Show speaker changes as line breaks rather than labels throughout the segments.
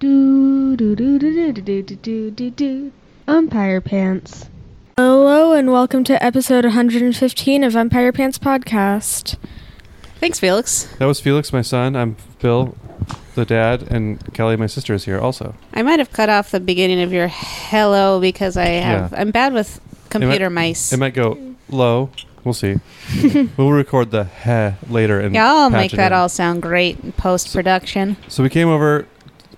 Do do do do do do do do do do. Umpire pants.
Hello and welcome to episode 115 of Empire Pants Podcast.
Thanks, Felix.
That was Felix, my son. I'm Bill, the dad, and Kelly, my sister, is here also.
I might have cut off the beginning of your hello because I have
Yeah.
I'm bad with computer mice.
It might go low. We'll see. we'll record the heh later and
yeah, I'll
patch
make
it
that
in.
all sound great in post production.
So we came over.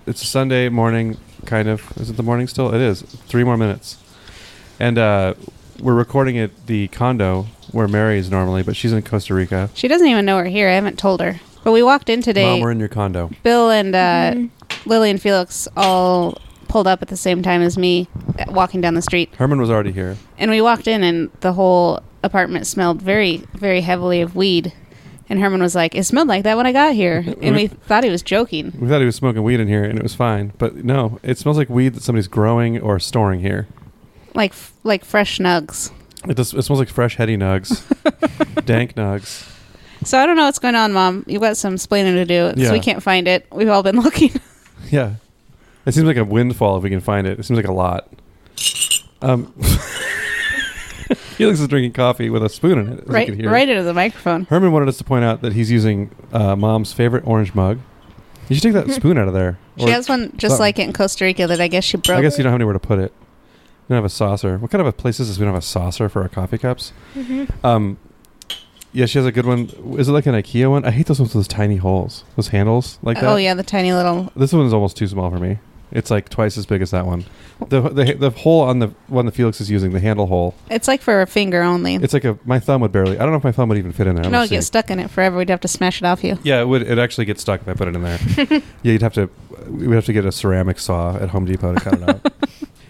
It's a Sunday morning, kind of. Is it the morning still? It is. Three more minutes, and uh, we're recording at the condo where Mary is normally, but she's in Costa Rica.
She doesn't even know we're here. I haven't told her. But we walked in today.
Mom, we're in your condo.
Bill and uh, Lily and Felix all pulled up at the same time as me uh, walking down the street.
Herman was already here.
And we walked in, and the whole apartment smelled very, very heavily of weed. And Herman was like, It smelled like that when I got here. And we thought he was joking.
We thought he was smoking weed in here, and it was fine. But no, it smells like weed that somebody's growing or storing here.
Like, f- like fresh nugs.
It, just, it smells like fresh heady nugs, dank nugs.
So I don't know what's going on, Mom. You've got some explaining to do,
Yeah.
so we can't find it. We've all been looking.
Yeah, it seems like a windfall if we can find it. It seems like a lot. Um, Felix is drinking coffee with a spoon in it. as you
right,
can hear.
right into the microphone.
Herman wanted us to point out that he's using uh, mom's favorite orange mug. You should take that spoon out of there.
She has one just
something.
like it in Costa Rica that I guess she broke.
I guess you don't have anywhere to put it. You don't have a saucer. What kind of a place is this? We don't have a saucer for our coffee cups.
Mm-hmm.
Um, yeah, she has a good one. Is it like an IKEA one? I hate those ones with those tiny holes, those handles like that.
oh yeah, the tiny little.
This one's almost too small for me. It's like twice as big as that one. The the, the hole on the one that Felix is using, the handle hole.
It's like for a finger only.
It's like a my thumb would barely. I don't know if my thumb would even fit in there.
no, it
honestly.
gets stuck in it forever. We'd have to smash it off you.
Yeah, it would. It actually gets stuck if I put it in there. yeah, you'd have to. We'd have to get a ceramic saw at Home Depot to cut it out,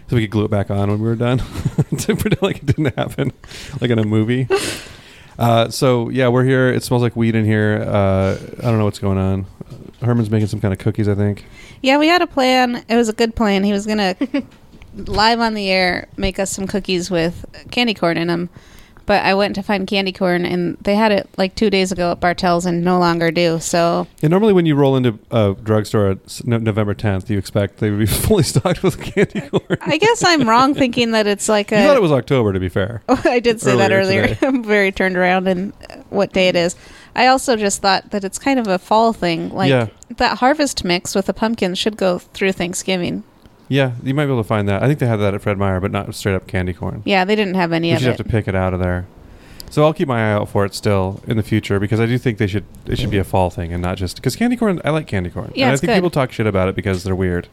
so we could glue it back on when we were done to pretend like it didn't happen, like in a movie. Uh, so yeah, we're here. It smells like weed in here. Uh, I don't know what's going on. Herman's making some kind of cookies, I think.
Yeah, we had a plan. It was a good plan. He was gonna live on the air make us some cookies with candy corn in them. But I went to find candy corn, and they had it like two days ago at Bartels, and no longer do. So
And normally, when you roll into a drugstore at s- no- November 10th, you expect they would be fully stocked with candy corn.
I guess I'm wrong thinking that it's like a.
you thought it was October, to be fair.
Oh, I did say that
Earlier
earlier.
today.
I'm very turned around in uh, what day it is. I also just thought that it's kind of a fall thing. Like
Yeah.
that harvest mix with the pumpkin should go through Thanksgiving.
Yeah, you might be able to find that. I think they had that at Fred Meyer, but not straight up candy corn.
Yeah, they didn't have any
you
of
should have
it.
to pick it out of there. So I'll keep my eye out for it still in the future because I do think they should it should be a fall thing and not just because candy corn. I like candy corn.
Yeah,
and I
it's
think
good.
people talk shit about it because they're weird.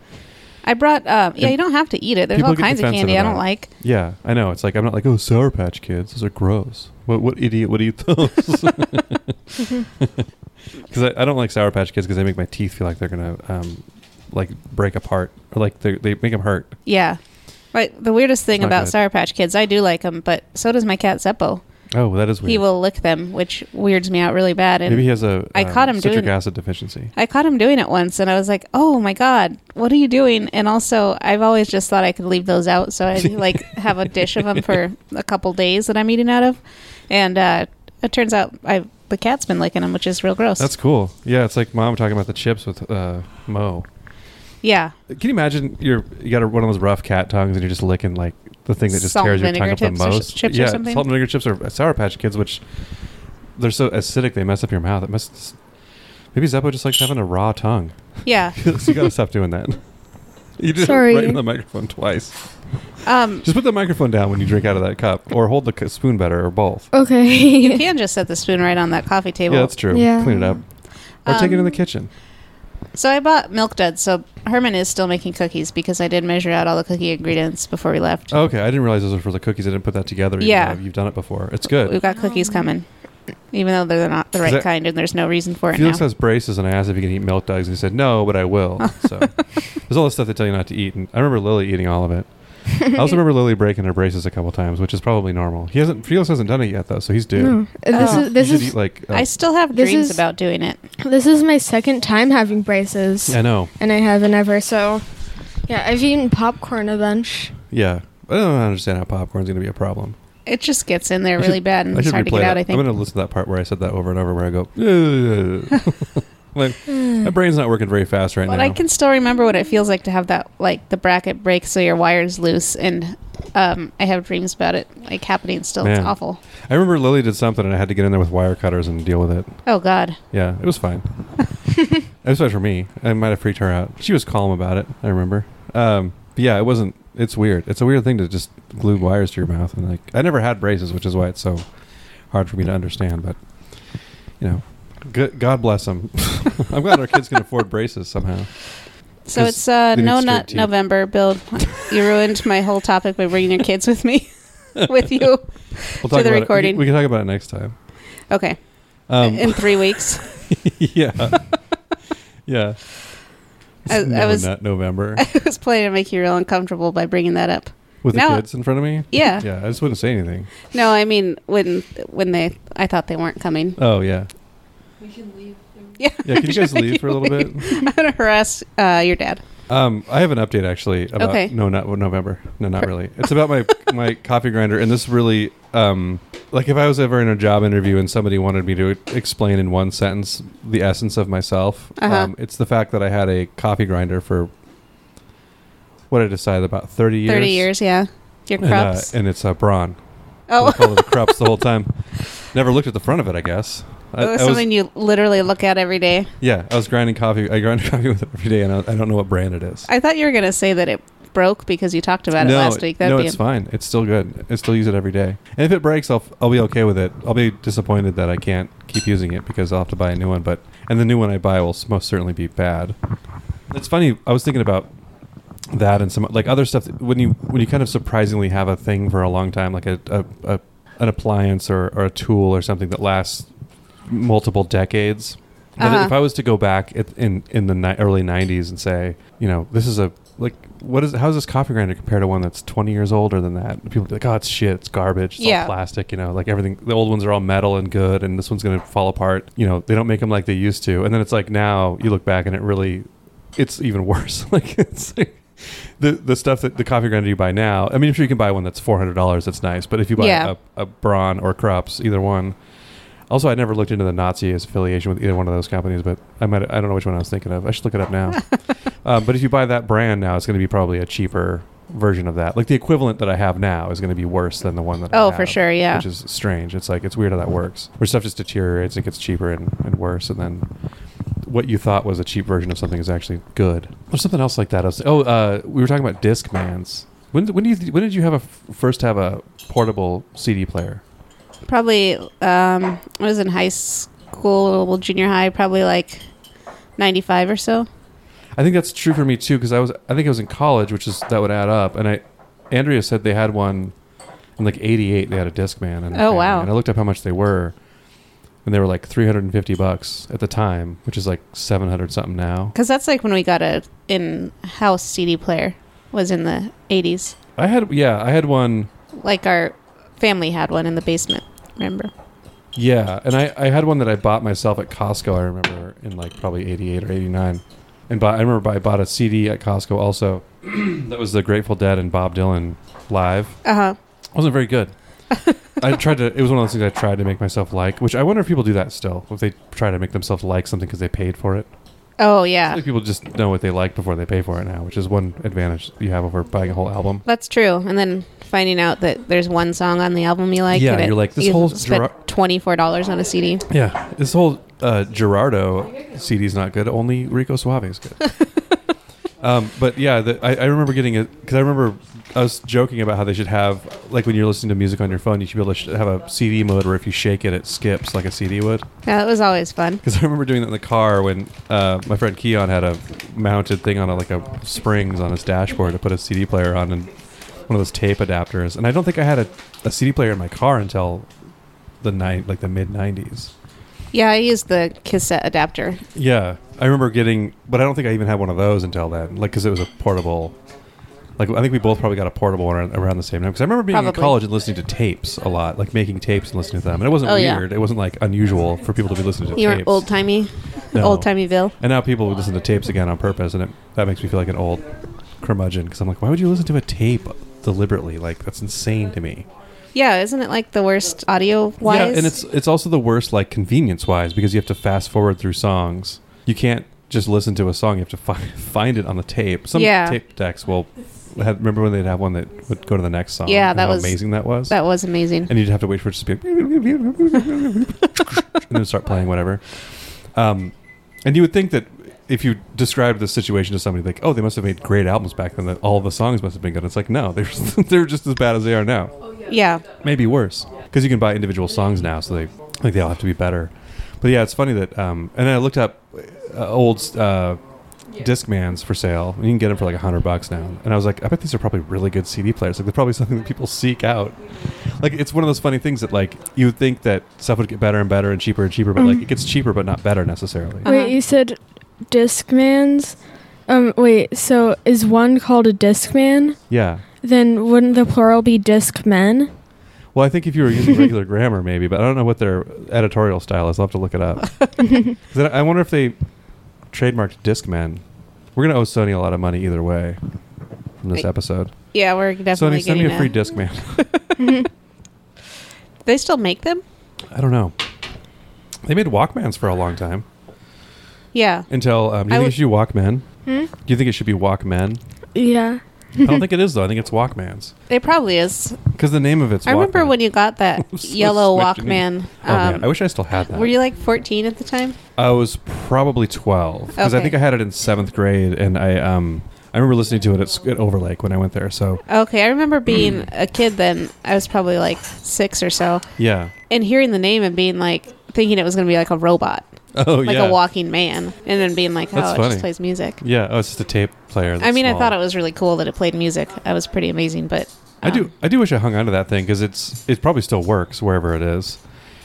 I brought. Um, yeah,
And
you don't have to eat it. There's
people
all
get
kinds of
defensive
candy I
about
don't
it.
like.
Yeah, I know. It's like I'm not like oh Sour Patch Kids. Those are gross. What what idiot would eat those? Because I, I don't like Sour Patch Kids because they make my teeth feel like they're gonna um, like break apart or like they they make them hurt.
Yeah. But the weirdest thing
not
about
good.
Sour Patch Kids, I do like them, but so does my cat Zeppo.
Oh, that is weird.
He will lick them, which weirds me out really bad. And
Maybe he has a
I
um,
caught him
citric
doing-
acid deficiency.
I caught him doing it once and I was like, "Oh my god, what are you doing?" And also, I've always just thought I could leave those out, so I like have a dish of them for a couple days that I'm eating out of. And uh, it turns out I the cat's been licking them, which is real gross.
That's cool. Yeah, it's like mom talking about the chips with uh, Mo.
yeah,
Can you imagine you're you got a, one of those rough cat tongues and you're just licking like the thing that just
Salt
tears
and
your tongue up
vinegar
the
chips or
most?
s- chips or
yeah,
something?
salt and vinegar chips or sour patch kids, which they're so acidic they mess up your mouth. It must. Maybe Zeppo just likes having a raw tongue.
yeah.
you gotta stop doing that. You did
Sorry.
it right in the microphone twice.
Um,
Just put the microphone down when you drink out of that cup, or hold the c- spoon better, or both.
you
Okay.
can just set the spoon right on that coffee table.
yeah, that's true.
Yeah.
Clean it up, or take it in
Um,
the kitchen.
so I bought milk duds. So Herman is still making cookies because I did measure out all the cookie ingredients before we left.
Oh, Okay, I didn't realize those were for the cookies. I didn't put that together. even
Yeah.
though you've done it before. It's good.
We've got cookies
Um,
coming, even though they're not the right
that-
kind, and there's no reason for it
Felix
now. Oh.
has braces, and I asked if he could eat milk duds, and he said no, but I will. So there's all this stuff they tell you not to eat, and I remember Lily eating all of it. I also remember Lily breaking her braces a couple times, which is probably normal. He hasn't Felix hasn't done it yet though, so he's due.
No. Uh, This
Oh.
is this
you should eat
is
like uh,
I still have
This
dreams
is-
about doing it.
this is my second time having braces,
I know,
and I haven't ever. So, yeah, I've eaten popcorn a bunch.
yeah. I don't understand how popcorn's going to be a problem.
It just gets in there
I
really
should-
bad and Mm, it's hard to get
that.
out, I
I'm
think.
going to listen to that part where I said that over and over, where I go. like my brain's not working very fast right
But
now.
I can still remember what it feels like to have that, like the bracket break so your wire's loose, and um, I have dreams about it like happening still. It's
Man.
awful.
I remember Lily did something and I had to get in there with wire cutters and deal with it.
Oh God.
Yeah, it was fine. it was fine for me. I might have freaked her out. She was calm about it. I remember. Um, but yeah, it wasn't. It's weird. It's a weird thing to just glue wires to your mouth and like. I never had braces, which is why it's so hard for me to understand. But you know, good, God bless them. I'm glad our kids can afford braces somehow.
So
'Cause
it's uh,
they need
no
straight
nut
teeth.
November, Bill. You ruined my whole topic by bringing your kids with me, with you.
We'll talk
the
about it. We-
recording.
We, can talk about it next time.
Okay,
Um,
in three weeks.
yeah, yeah.
I- I
No
was-
nut November
I was planning to make you real uncomfortable by bringing that up.
with the
now-
kids in front of me.
Yeah.
Yeah, I just wouldn't say anything.
No, I mean when when they I thought they weren't coming.
Oh yeah,
We can leave.
Yeah.
yeah. Can you guys
Can
leave for a
you
little
leave?
bit?
I'm gonna harass uh, your dad.
Um, I have an update actually about
Okay.
no, not well, November. No, not really. It's about my my coffee grinder, and this really, um, like if I was ever in a job interview and somebody wanted me to explain in one sentence the essence of myself,
Uh-huh.
um, it's the fact that I had a coffee grinder for what I decided about thirty years.
Thirty years, yeah. Your
And, uh,
crops.
and it's a uh, brawn. I
oh,
call it the Krups the whole time. Never looked at the front of it. I guess. I,
it was
I was-
something you literally look at every day.
yeah, I was grinding coffee. I grind coffee with it every day, and I, I don't know what brand it is.
I thought you were gonna say that it broke because you talked about it last week. That'd
no,
be
it's fine. It's still good. I still use it every day. And if it breaks, I'll I'll be okay with it. I'll be disappointed that I can't keep using it because I'll have to buy a new one. But and the new one I buy will s- most certainly be bad. It's funny. I was thinking about that and some like other stuff that- when you when you kind of surprisingly have a thing for a long time, like a, a, a an appliance or, or a tool or something that lasts multiple decades. But
Uh-huh.
If I was to go back at, in in the ni- early '90s and say, you know, this is a like, what is how is this coffee grinder compared to one that's 20 years older than that? People be like, oh, it's shit, it's garbage, it's
Yeah.
all plastic, you know, like everything. The old ones are all metal and good, and this one's gonna fall apart. You know, they don't make them like they used to. And then it's like now you look back and it really, it's even worse. like it's. Like, the, the stuff that the coffee grinder you buy now, I mean, I'm sure you can buy one that's four hundred dollars. That's nice, but if you buy
Yeah.
a, a Braun or Krups, either one, also, I never looked into the Nazi affiliation with either one of those companies, but I might I don't know which one I was thinking of. I should look it up now. um, but if you buy that brand now, it's going to be probably a cheaper version of that. Like the equivalent that I have now is going to be worse than the one that I
Oh,
have,
for sure, yeah.
Which is strange. It's like it's weird how that works. Where stuff just deteriorates, it gets cheaper and, and worse, and then what you thought was a cheap version of something is actually good. There's something else like that. I was, oh, uh, we were talking about Discmans. When, when, do you, when did you have a f- first have a portable CD player?
probably um, I was in high school, well, junior high, probably like ninety five or so.
I think that's true for me too because I was I think I was in college, which is that would add up. And I, Andrea said they had one in like '88. They had a Discman. in
Oh,
the family,
wow.
And I looked up how much they were, and they were like 350 bucks at the time, which is like 700 something now.
Because that's like when we got a in house CD player was in the eighties.
I had yeah, I had one
Like our family had one in the basement. Remember?
yeah, and I I had one that I bought myself at Costco. I remember in like probably '88 or '89, and bought, I remember I bought a CD at Costco also. that was the Grateful Dead and Bob Dylan live.
Uh huh.
wasn't very good. I tried to. It was one of those things I tried to make myself like. Which I wonder if people do that still. If they try to make themselves like something because they paid for it.
Oh
I
yeah,
think people just know what they like before they pay for it now, which is one advantage you have over buying a whole album.
that's true. And then finding out that there's one song on the album you like.
Yeah,
and it-
you're like, this
you
whole
spent
Gerard-
twenty four dollars on a CD.
Yeah, this whole uh, Gerardo CD's not good. Only Rico Suave is good. um, but yeah, the, I, I remember getting it because I remember I was joking about how they should have like when you're listening to music on your phone, you should be able to sh- have a CD mode where if you shake it, it skips like a CD would.
Yeah, that was always fun.
Because I remember doing that in the car when uh, my friend Keon had a mounted thing on a, like a springs on his dashboard to put a CD player on and one of those tape adapters. And I don't think I had a, a CD player in my car until the night, like the mid '90s.
Yeah, I used the cassette adapter.
Yeah, I remember getting, but I don't think I even had one of those until then. Like, because it was a portable. Like, I think we both probably got a portable one ar- around the same time. Because I remember being in
Probably.
college and listening to tapes a lot, like making tapes and listening to them. And it wasn't
Oh, yeah.
weird. It wasn't like unusual for people to be listening to
You were
tapes.
old timey,
No.
old timeyville.
And now people would listen to tapes again on purpose, and it, that makes me feel like an old curmudgeon because I'm like, why would you listen to a tape deliberately? Like that's insane to me.
Yeah, isn't it like the worst audio wise?
Yeah, and it's it's also the worst like convenience wise because you have to fast forward through songs you can't just listen to a song. You have to fi- find it on the tape. Some
Yeah.
tape decks will have, remember when they'd have one that would go to the next song.
Yeah,
and
that
how
was-
amazing that was.
That was amazing.
and you'd have to wait for it to just be, and then start playing whatever. Um, and you would think that if you described the situation to somebody, like, oh, they must have made great albums back then, that all the songs must have been good. It's like, no, they're they're just as bad as they are now
yeah.
maybe worse because you can buy individual songs now so they like they all have to be better but yeah it's funny that um and then i looked up uh, old uh Discmans for sale. You can get them for like a hundred bucks now, and I was like, I bet these are probably really good CD players. Like they're probably something that people seek out. Like it's one of those funny things that like you would think that stuff would get better and better and cheaper and cheaper, but like it gets cheaper but not better necessarily.
Uh-huh.
Wait, you said Discmans? Um, wait, so is one called a Discman?
Yeah.
Then wouldn't the plural be Discmen?
Well, I think if you were using regular grammar, maybe, but I don't know what their editorial style is. I'll have to look it up. 'Cause I I wonder if they trademarked Discman. We're going to owe Sony a lot of money either way from this
Wait,
episode.
Yeah, we're definitely
Sony, send me
getting
a free
a-
Discman.
They still make them?
I don't know. They made Walkmans for a long time
Yeah.
until. Um, do you
I
think
would-
it should be Walkmen?
Hmm?
Do you think it should be Walkmen?
Yeah.
I don't think it is though. I think it's Walkmans
It probably is.
because the name of it's.
I remember
Walkman.
when you got that
I'm so
yellow Walkman.
smitten.
um,
Oh man, I wish I still had that.
were you like 14 at the time?
I was probably 12 because I
Okay.
think I had it in seventh grade, and I um I remember listening to it at, s- at Overlake when I went there. So
Okay, I remember
Hmm.
being a kid then. I was probably like six or so,
yeah.
and hearing the name and being like thinking it was going to be like a robot,
Oh
like
yeah.
a walking man, and then being like, oh,
That's
it
funny.
just plays music.
Yeah. Oh, it's just a tape player.
I mean, I thought it
was.
was really cool that it played music. I was pretty amazing, but
I do.
um,
I do wish I hung onto that thing because it's it probably still works wherever it is.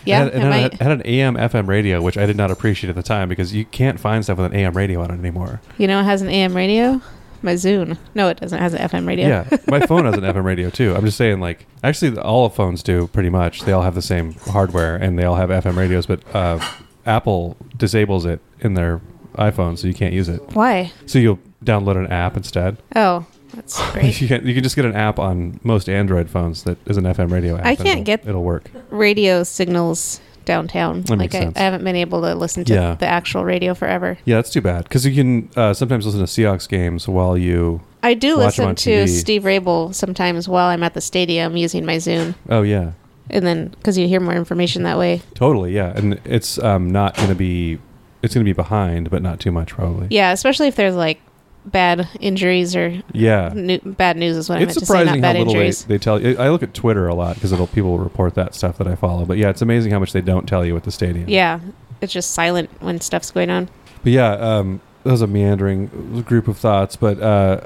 Yeah,
and, I- and
it
I
might.
had, had an AM FM radio, which I did not appreciate at the time because you can't find stuff with an AM radio on it anymore.
You know, it has an AM radio. My Zune. No, it doesn't. It has an FM radio.
Yeah, my phone has an FM radio too. I'm just saying, like, actually, all phones do pretty much. They all have the same hardware and they all have FM radios, but uh, Apple disables it in their iPhone, so you can't use it.
Why?
So you'll download an app instead.
Oh, that's great.
You can, you can just get an app on most Android phones that is an FM radio app.
I
and
can't
it'll-
get-
It'll work.
radio signals downtown.
That
like
makes
I,
sense.
I haven't been able to listen to
Yeah.
the actual radio forever.
Yeah, that's too bad because you can uh, sometimes listen to Seahawks games while you.
I do
Watch
listen
'em on
to
TV.
Steve Rabel sometimes while I'm at the stadium using my Zoom,
Oh yeah,
and then because you hear more information that way.
totally. Yeah, and it's um, not going to be. It's going to be behind, but not too much probably.
Yeah, especially if there's like bad injuries or
Yeah.
new, bad news is what I
it's
meant to say,
surprising
not
how
bad
little they,
injuries.
they tell you. I look at Twitter a lot because it'll people will report that stuff that I follow. But yeah, it's amazing how much they don't tell you at the stadium.
Yeah, it's just silent when stuff's going on.
But yeah, um, that was a meandering group of thoughts. But uh,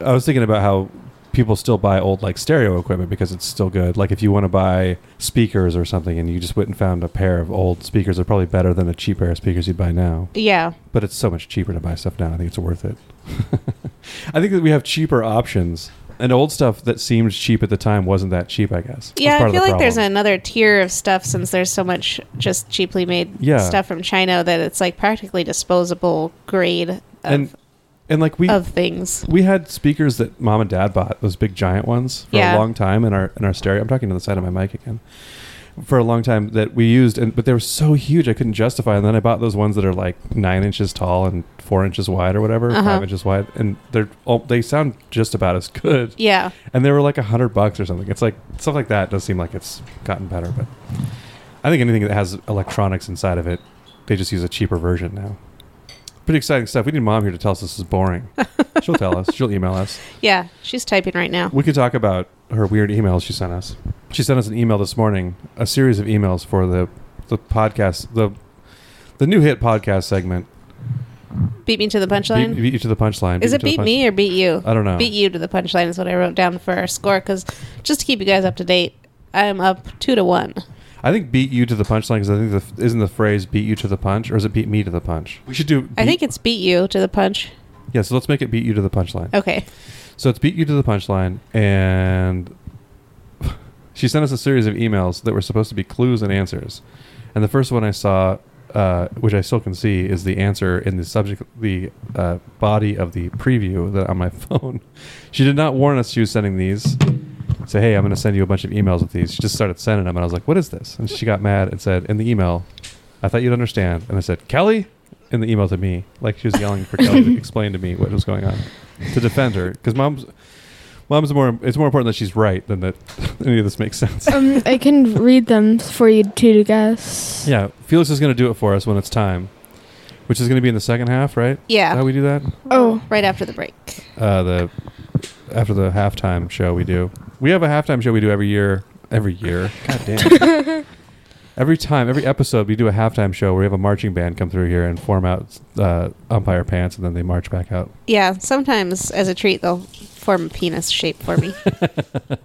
I was thinking about how people still buy old like stereo equipment because it's still good. Like if you want to buy speakers or something, and you just went and found a pair of old speakers, they're probably better than a cheap pair of speakers you'd buy now.
Yeah,
But it's so much cheaper to buy stuff now. I think it's worth it. I think that we have cheaper options. And old stuff that seemed cheap at the time wasn't that cheap, I guess. That's
yeah. I
part of
feel
the
like there's
problem.
another tier of stuff since there's so much just cheaply made
Yeah.
stuff from China that it's like practically disposable grade of,
and and like we
of things.
we had speakers that mom and dad bought those big giant ones for
Yeah.
a long time in our in our stereo. I'm talking to the side of my mic again. For a long time that we used, and but they were so huge I couldn't justify. And then I bought those ones that are like nine inches tall and four inches wide or whatever,
Uh-huh.
five inches wide, and they're all, they sound just about as good.
Yeah.
and they were like a hundred bucks or something. It's like stuff like that does seem like it's gotten better, but I think anything that has electronics inside of it, they just use a cheaper version now. Pretty exciting stuff. We need mom here to tell us this is boring. She'll tell us. She'll email us.
Yeah, she's typing right now.
We could talk about her weird emails she sent us. She sent us an email this morning, a series of emails for the the podcast, the the new hit podcast segment.
Beat me to the punchline.
Beat, beat you to the punchline.
is
you
it
to the
beat
punch-
me or beat you?
I don't know.
Beat you to the punchline is what I wrote down for our score because just to keep you guys up to date, I'm up two to one.
I think beat you to the punchline because I think the, isn't the phrase beat you to the punch or is it beat me to the punch? We should do.
I
beat-
think it's beat you to the punch.
Yeah, so let's make it beat you to the punchline.
Okay.
So it's beat you to the punchline, and she sent us a series of emails that were supposed to be clues and answers. And the first one I saw, uh, which I still can see, is the answer in the subject, the uh, body of the preview that on my phone. she did not warn us she was sending these. Say, hey, I'm going to send you a bunch of emails with these. She just started sending them, and I was like, what is this? And she got mad and said, in the email, I thought you'd understand. And I said, Kelly? in the email to me. Like she was yelling for Kelly to explain to me what was going on to defend her because mom's mom's more. It's more important that she's right than that any of this makes sense.
Um, I can read them for you two to guess.
Yeah, Felix is going to do it for us when it's time, which is going to be in the second half, right? Is that
Yeah.
How we do that?
Oh.
Right after the break.
Uh, the after the halftime show we do. We have a halftime show we do every year. Every year, god damn. every time, every episode, we do a halftime show where we have a marching band come through here and form out uh, umpire pants, and then they march back out.
Yeah. Sometimes as a treat, they'll form a penis shape for me.
but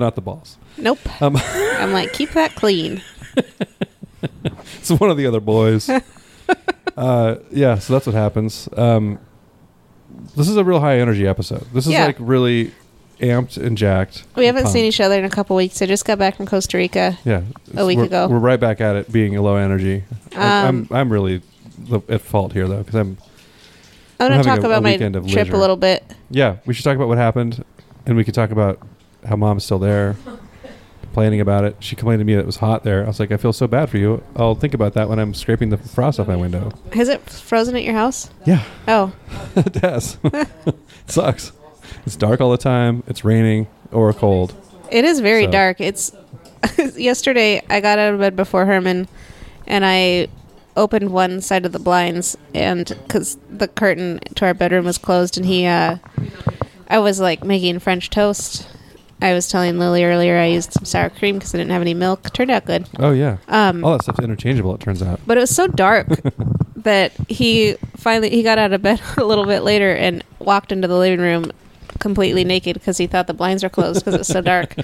not the balls.
nope.
Um,
I'm like, keep that clean.
it's one of the other boys. uh, yeah, so that's what happens. Um, this is a real high energy episode. This is
Yeah.
like really amped and jacked.
We haven't
Pumped.
seen each other in a couple weeks. I just got back from Costa Rica.
Yeah,
a week
we're,
ago.
We're right back at it, being low energy. I-
Um,
I'm I'm really the, at fault here though because I'm
I'm
We're
going to
having
talk
a- a
about my
weekend
trip
of leisure.
a little bit.
yeah. We should talk about what happened, and we could talk about how mom's still there, complaining about it. She complained to me that it was hot there. I was like, I feel so bad for you. I'll think about that when I'm scraping the frost off my window.
Has it frozen at your house?
Yeah,
Oh,
it does. it sucks. It's dark all the time. It's raining or cold.
it is very
So-
dark. It's yesterday. I got out of bed before Herman, and I opened one side of the blinds, and because the curtain to our bedroom was closed, and he, uh, I was like making French toast. I was telling Lily earlier I used some sour cream because I didn't have any milk. Turned out good.
Oh yeah,
Um,
all that stuff's interchangeable. It turns out.
but it was so dark that he finally he got out of bed a little bit later and walked into the living room completely naked because he thought the blinds were closed because it's so dark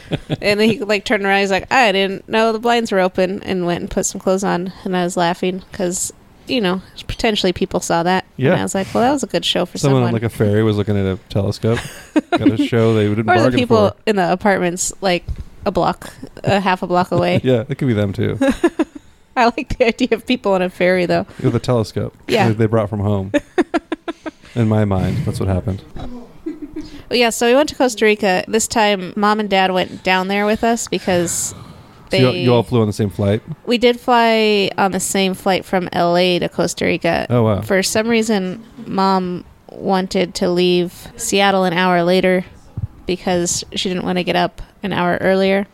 and then he like turned around he's like i didn't know the blinds were open and went and put some clothes on and i was laughing because you know potentially people saw that and
Yeah.
i was like well that was a good show for
Someone
someone,
on like a ferry was looking at a telescope. Got a show they didn't
or
bargain
the people
for.
in the apartments like a block a half a block away
yeah, it could be them too.
i like the idea of people on a ferry though
With a telescope.
Yeah.
That They brought from home. In my mind, that's what happened.
Well, yeah, so we went to Costa Rica. This time, mom and dad went down there with us because they.
so you, you all flew on the same flight.
we did fly on the same flight from LA to Costa Rica.
Oh wow.
For some reason, mom wanted to leave Seattle an hour later because she didn't want to get up an hour earlier.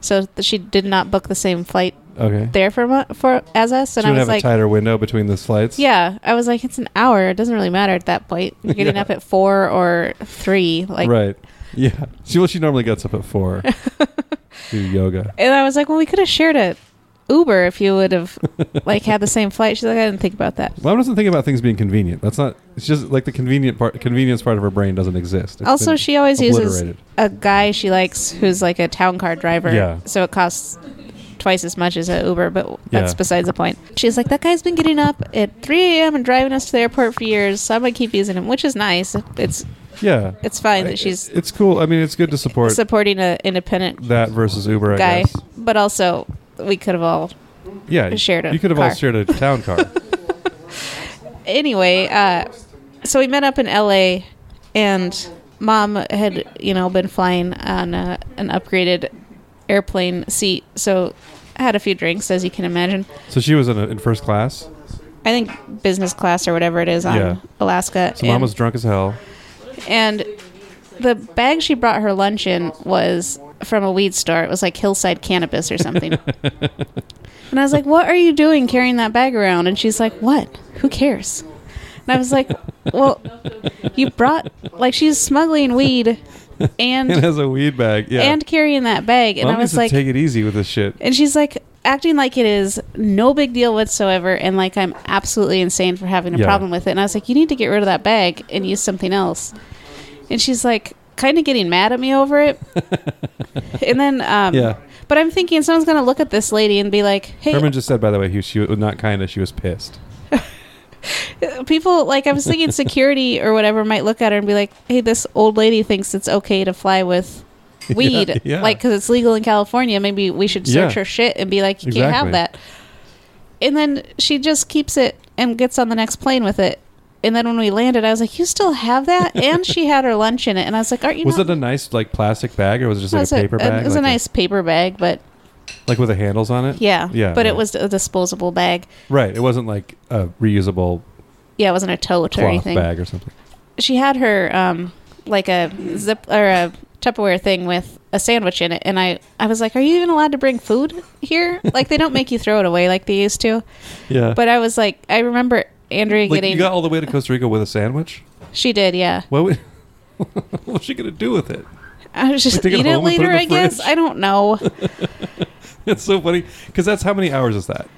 so th- she did not book the same flight
Okay.
there for mo- for as us,
Should
and I
have
was
a
like,
tighter window between the flights.
yeah, I was like, it's an hour. It doesn't really matter at that point. You're getting
Yeah.
up at four or three. Like,
right. Yeah. She well, she normally gets up at four. do yoga.
And I was like, well, we could have shared a Uber if you would have like had the same flight. She's like, I didn't think about that.
Mom doesn't think about things being convenient. That's not. It's just like the convenient part. Convenience part of her brain doesn't exist. It's
also,
been
she always uses
obliterated.
a guy she likes who's like a town car driver.
Yeah.
So it costs twice as much as a Uber, but that's
Yeah.
besides the point. She's like, that guy's been getting up at 3 a.m. and driving us to the airport for years, so I'm gonna keep using him, which is nice. It's
Yeah.
it's fine
I-
that she's
It's cool. I mean, it's good to support
supporting an independent
that versus Uber. I
guy,
guess.
but also we could have all
Yeah.
shared a
You could have all
car.
shared a town car.
anyway, uh, so we met up in LA, and mom had you know been flying on uh an upgraded airplane seat, so I had a few drinks, as you can imagine.
so she was in, a, in first class.
I think business class or whatever it is on
Yeah.
Alaska.
So mom
and-
was drunk as hell.
and the bag she brought her lunch in was from a weed store. It was like Hillside Cannabis or something. and I was like, "What are you doing carrying that bag around?" And she's like, "What? Who cares?" And I was like, "Well, you brought like she's smuggling weed and
and
and,
has a weed bag. Yeah.
carrying that bag." And
Mom
I was
needs to
like,
take it easy with this shit.
and she's like acting like it is no big deal whatsoever and like I'm absolutely insane for having a
Yeah.
problem with it. And I was like, you need to get rid of that bag and use something else. And she's like kind of getting mad at me over it. and then um
Yeah.
but I'm thinking someone's going to look at this lady and be like, "Hey,
Herman just said, by the way, he was, she was not kind of, she was pissed.
people like I was thinking security or whatever might look at her and be like, "Hey, this old lady thinks it's okay to fly with weed, Like 'cause
yeah.
like because it's legal in California. Maybe we should search
Yeah.
her shit and be like, you can't
Exactly.
have that." And then she just keeps it and gets on the next plane with it. And then when we landed, I was like, "You still have that?" and she had her lunch in it, and I was like, "Aren't you?"
was
not-
it a nice like plastic bag or was it just
It
like
was
a paper bag?
It was
like
a nice paper bag, but
like with the handles on it.
Yeah.
Yeah,
But
yeah.
it was a disposable bag.
Right. It wasn't like a reusable
Yeah, it wasn't a tote or
cloth
anything.
bag or something.
She had her um like a zip or a Tupperware thing with a sandwich in it, and I I was like, "Are you even allowed to bring food here? Like they don't make you throw it away like they used to."
Yeah.
But I was like, I remember Andrea
like
getting.
you got all the way to Costa Rica with a sandwich.
she did, yeah.
What? Would, what was she gonna do with it?
I was just
Like, take it
eat it
home and put it
later,
in the
I guess.
fridge?
I don't know.
It's so funny because that's how many hours is that?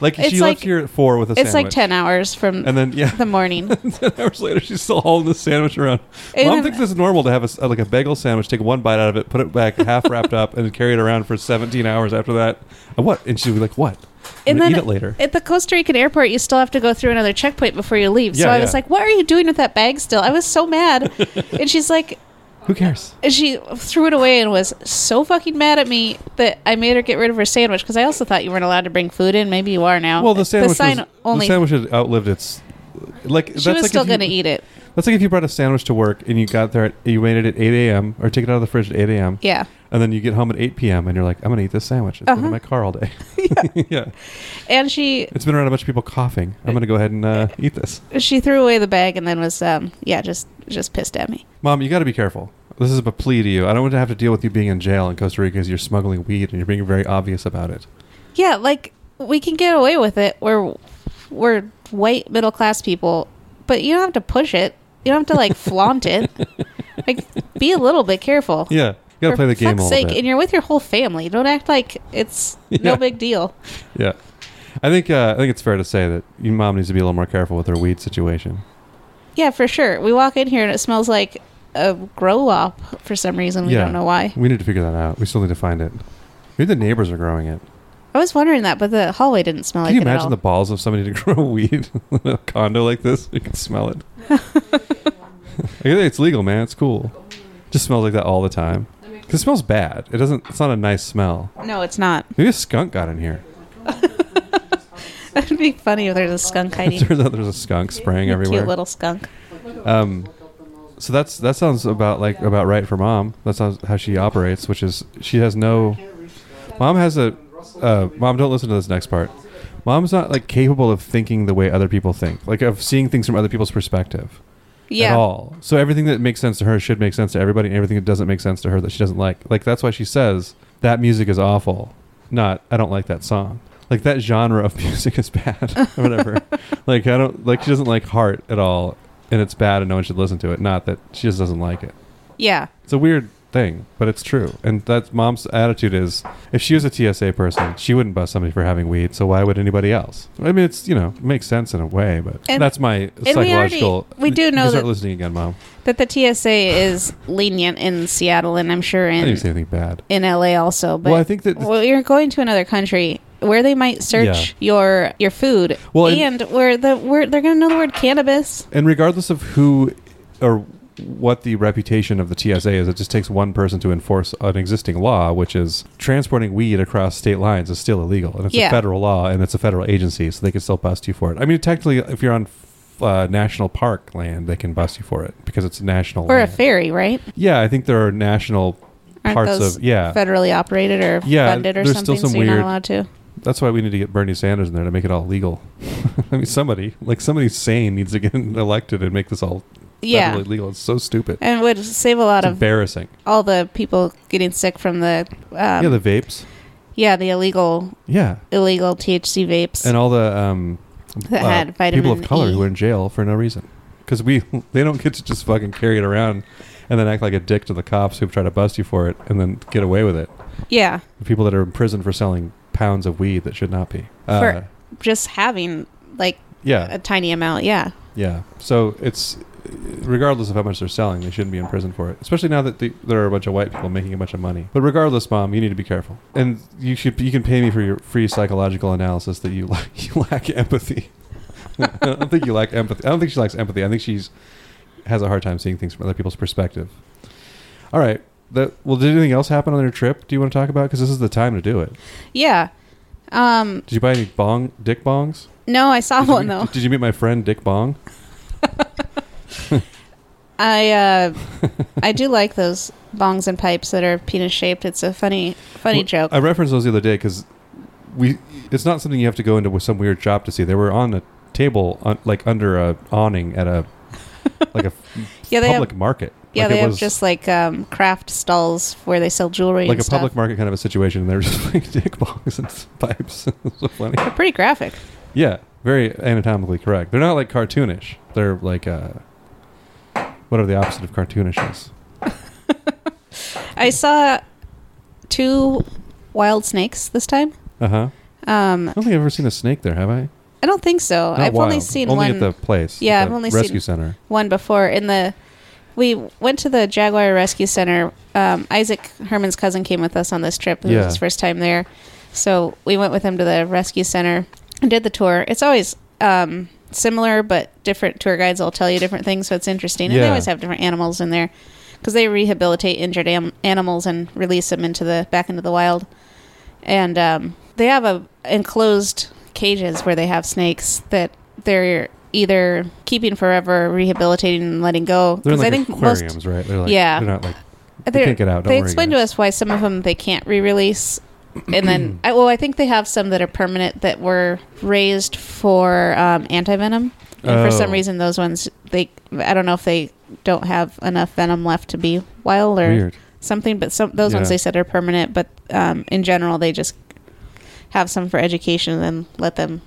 Like
It's
she
like-
left here at four with a
it's like
sandwich.
ten hours from
And then yeah,
the morning.
ten hours later she's still hauling the sandwich around.
And
Mom
then-
thinks it's normal to have a s like a bagel sandwich, take one bite out of it, put it back half wrapped up, and carry it around for seventeen hours after that. And what? And she'd be like, "What? I'm
And
gonna
then
eat it later."
At the Costa Rican airport, you still have to go through another checkpoint before you leave. so
Yeah,
I was
yeah.
like, "What are you doing with that bag still?" I was so mad, and she's like,
Who cares?
and she threw it away and was so fucking mad at me that I made her get rid of her sandwich because I also thought you weren't allowed to bring food in. Maybe you are now.
Well, the sandwich
Oh, sign
was,
only.
the sandwich had outlived its like.
she
that's
was
like
still
if you-
going to eat it.
That's like if you brought a sandwich to work and you got there, at, you made it at 8 a.m. or take it out of the fridge at 8 a.m.
Yeah.
and then you get home at 8 p.m. and you're like, I'm gonna eat this sandwich. It's been
Uh-huh.
in my car all day. yeah.
And she
it's been around a bunch of people coughing. I'm gonna go ahead and uh, eat this.
she threw away the bag and then was um yeah just just pissed at me.
Mom, you got to be careful. This is a plea to you. I don't want to have to deal with you being in jail in Costa Rica because you're smuggling weed and you're being very obvious about it.
Yeah, like we can get away with it. We're we're white middle class people, but you don't have to push it. You don't have to like flaunt it. Like be a little bit careful.
Yeah, you got to
For
play the game a
fuck's
little
sake,
bit.
and you're with your whole family. Don't act like it's
Yeah.
no big deal.
Yeah, I think uh, I think it's fair to say that your mom needs to be a little more careful with her weed situation.
Yeah, for sure. We walk in here and it smells like a grow up for some reason. We
Yeah.
don't know why.
We need to figure that out. We still need to find it. Maybe the neighbors are growing it.
I was wondering that, but the hallway didn't smell
Can
like
you
it at
imagine
all.
the balls of somebody to grow weed in a condo like this? You can smell it. I think it's legal, man. It's cool. Just smells like that all the time. 'Cause It smells bad. It doesn't. It's not a nice smell.
no, it's not.
Maybe a skunk got in here.
It'd be funny if there's a skunk
It
hiding.
turns out there's a skunk spraying
You Cute
everywhere.
little skunk.
Um, so that's that sounds about like about right for mom. That sounds how she operates, which is she has no. Mom has a. Uh, mom, don't listen to this next part. Mom's not like capable of thinking the way other people think, like of seeing things from other people's perspective.
Yeah.
at all. So everything that makes sense to her should make sense to everybody, and everything that doesn't make sense to her that she doesn't like. Like that's why she says that music is awful. Not I don't like that song. Like that genre of music is bad or whatever. like I don't like she doesn't like heart at all, and it's bad, and no one should listen to it. Not that she just doesn't like it.
Yeah.
It's a weird thing, but it's true. And that's mom's attitude is if she was a TSA person, she wouldn't bust somebody for having weed, so why would anybody else? I mean, it's, you know, it makes sense in a way, but
And-
that's my
we already-
psychological.
we do
You can
know
start
that-
listening again, mom.
That the TSA is lenient in Seattle and I'm sure
I didn't
in
say anything bad.
in LA also, but
well, I think that
well, you're going to another country where they might search your your food
Well, and-
and, where the word they're going to know the word cannabis.
and regardless of who or what the reputation of the TSA is, it just takes one person to enforce an existing law, which is transporting weed across state lines is still illegal, and it's a
Yeah.
federal law, and it's a federal agency, so they can still bust you for it. I mean, technically, if you're on uh, national park land, they can bust you for it because it's national.
Or a
land.
ferry, right?
yeah, I think there are national
Aren't
parts
those
of yeah.
federally operated or
Uh, Yeah,
funded or
there's still
something?
some
so you're
weird-
not allowed to.
That's why we need to get Bernie Sanders in there to make it all legal. I mean, somebody like somebody sane needs to get elected and make this all
Yeah,
federally legal. It's so stupid.
and would save a lot
It's
of
embarrassing.
all the people getting sick from the um, yeah,
yeah,
the,
the vapes.
illegal
Yeah,
illegal THC vapes
and all the um,
that
uh,
had vitamin
people of color
E.
who are in jail for no reason because we they don't get to just fucking carry it around and then act like a dick to the cops who try to bust you for it and then get away with it.
yeah,
The people that are in prison for selling pounds of weed that should not be. Uh,
For- just having like
yeah,
a tiny amount. Yeah,
yeah. So it's regardless of how much they're selling, they shouldn't be in prison for it. Especially now that the, there are a bunch of white people making a bunch of money. But regardless, mom, you need to be careful. And you should you can pay me for your free psychological analysis that you lack, you lack empathy. I don't think you lack empathy. I don't think she lacks empathy. I think she's has a hard time seeing things from other people's perspective. All right. That, well, did anything else happen on your trip? Do you want to talk about? Because this is the time to do it.
yeah. Um,
Did you buy any bong dick bongs?
Oh, no, I saw
Did you
one
meet-
though.
Did you meet my friend Dick Bong?
I uh, I do like those bongs and pipes that are penis shaped. It's a funny funny
Well,
joke.
I referenced those the other day because we. It's not something you have to go into with some weird shop to see. They were on a table, un, like under a awning at a like a
yeah, they
public
have
market.
yeah
like
they
it
have
was
just like um, craft stalls where they sell jewelry
like
and
a
stuff.
public market kind of a situation. And they were just like dick bongs and pipes. It's so funny.
They're pretty graphic.
Yeah, very anatomically correct. They're not like cartoonish. They're like uh, what are the opposite of cartoonish is?
I saw two wild snakes this time.
Uh huh.
Um,
I don't think I've ever seen a snake there, have I?
I don't think so.
Not
I've only
wild.
seen
only
one
at the place.
Yeah,
at
I've
the
only seen-
rescue center.
one before in the we went to the Jaguar Rescue Center. Um, Isaac Herman's cousin came with us on this trip. It
Yeah.
was his first time there, so we went with him to the rescue center and did the tour. It's always um, similar, but different tour guides will tell you different things, so it's interesting. And they
Yeah.
always have different animals in there because they rehabilitate injured am- animals and release them into the back into the wild. And um, they have a enclosed cages where they have snakes that they're either keeping forever, rehabilitating, and letting go.
They're
Because
in like
I think most
aquariums, right? They're like,
Yeah.
They're not like
they're-
can't get out, don't
they
worry,
explained to
guys.
us why some of them they can't re-release, and then I, well, I think they have some that are permanent that were raised for um, anti venom, and for some
Oh.
reason those ones they I don't know if they don't have enough venom left to be wild or
weird.
something, but some those ones
Yeah.
they said are permanent. But um, in general, they just have some for education and then let them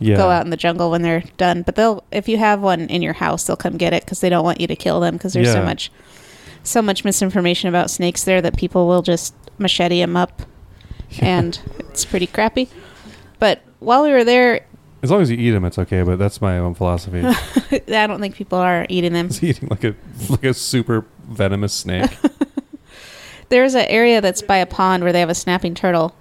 Yeah.
go out in the jungle when they're done. But they'll, if you have one in your house, they'll come get it because they don't want you to kill them because there's so
Yeah.
much, so much misinformation about snakes there that people will just machete them up, and it's pretty crappy. But while we were there,
As long as you eat them, it's okay. But that's my own philosophy.
I don't think people are eating them.
It's eating like a like a super venomous snake.
There's an area that's by a pond where they have a snapping turtle,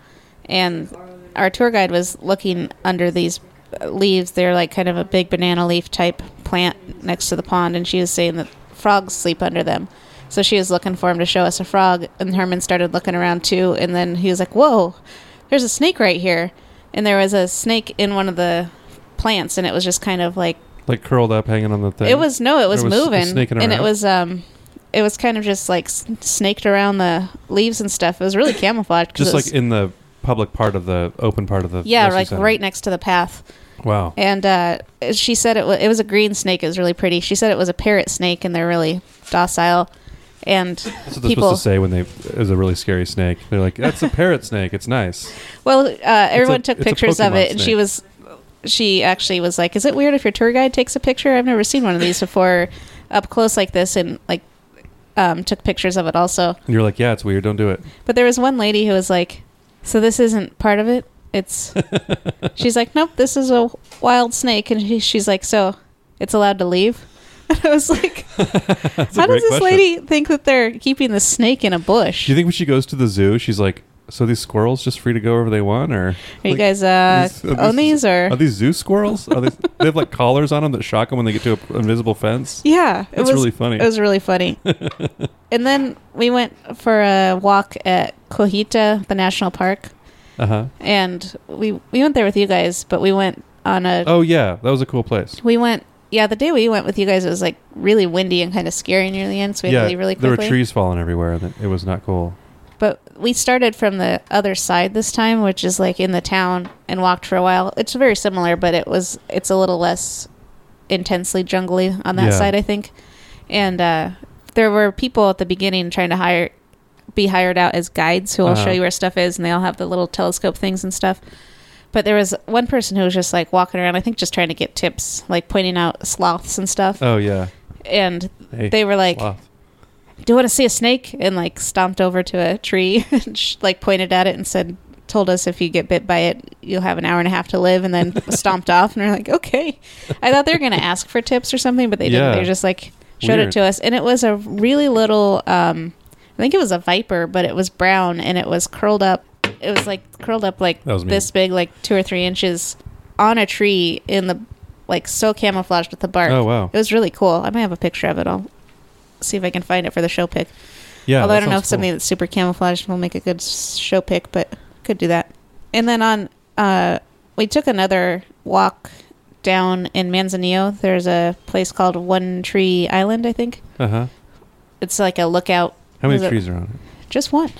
and our tour guide was looking under these uh, leaves. They're like kind of a big banana leaf type plant next to the pond, and she was saying that frogs sleep under them. So she was looking for him to show us a frog, and Herman started looking around too, and then he was like, "Whoa, there's a snake right here!" And there was a snake in one of the plants, and it was just kind of like
like curled up, hanging on the thing.
it was no, it was,
It was
moving,
snaking
and it
around?
was um, it was kind of just like s- snaked around the leaves and stuff. It was really camouflaged, 'cause
just
it was,
like in the public part of the open part of the
yeah,
rescue
like
center.
right next to the path.
Wow.
And uh, she said it was it was a green snake. It was really pretty. She said it was a parrot snake, and they're really docile. And
That's what they're
people,
supposed to say when they is a really scary snake. They're like, "That's a parrot snake. It's nice."
well, uh, everyone took
it's a
pictures of
Pokemon
it, and she
snake.
was she actually was like, "Is it weird if your tour guide takes a picture? I've never seen one of these before, up close like this." And like um, took pictures of it also.
And you're like, "Yeah, it's weird. Don't do it."
But there was one lady who was like, "So this isn't part of it." It's she's like, "Nope, this is a wild snake," and he, she's like, "So it's allowed to leave." And I was like, "How
a
does
great
this
question.
lady think that they're keeping the snake in a bush?"
Do you think when she goes to the zoo, she's like, "So these squirrels just free to go wherever they want, or
Are you
like,
guys uh,
these- are
own
these-
these or
are these zoo squirrels? Are they, they have like collars on them that shock them when they get to an invisible fence."
yeah?" It
That's
was
really funny.
it was really funny. and then we went for a walk at Cojita, the national park,
uh huh.
and we we went there with you guys, but we went on a
Oh yeah, that was a cool place.
We went, yeah, the day we went with you guys, it was like really windy and kind of scary near the end, so we had
yeah,
to leave really
there
quickly.
were trees falling everywhere, and it- it was not cool.
But we started from the other side this time, which is like in the town, and walked for a while. It's very similar, but it was it's a little less intensely jungly on that
Yeah.
side, I think. And uh, there were people at the beginning trying to hire be hired out as guides who will
Uh-huh.
show you where stuff is, and they all have the little telescope things and stuff. But there was one person who was just like walking around, I think just trying to get tips, like pointing out sloths and stuff.
Oh yeah,
And
Hey,
they were like,
sloth.
"Do you want to see a snake?" and like stomped over to a tree and sh- like pointed at it and said, "Told us if you get bit by it, you'll have an hour and a half to live." And then stomped off. And we're like, "Okay." I thought they were gonna ask for tips or something, but they didn't.
Yeah.
They were just like showed
Weird.
it to us, and it was a really little. um I think it was a viper, but it was brown and it was curled up. It was like curled up like
That was me.
this big, like two or three inches, on a tree in the like so camouflaged with the bark.
Oh wow,
It was really cool. I might have a picture of it. I'll see if I can find it for the show pic.
yeah.
Although I
that
don't know if
sounds
something that's super camouflaged will make a good s- show pic, but could do that. And then on, uh, we took another walk down in Manzanillo, there's a place called One Tree Island, I think.
Uh huh.
It's like a lookout,
How many
Is it-
trees are on it?
just one,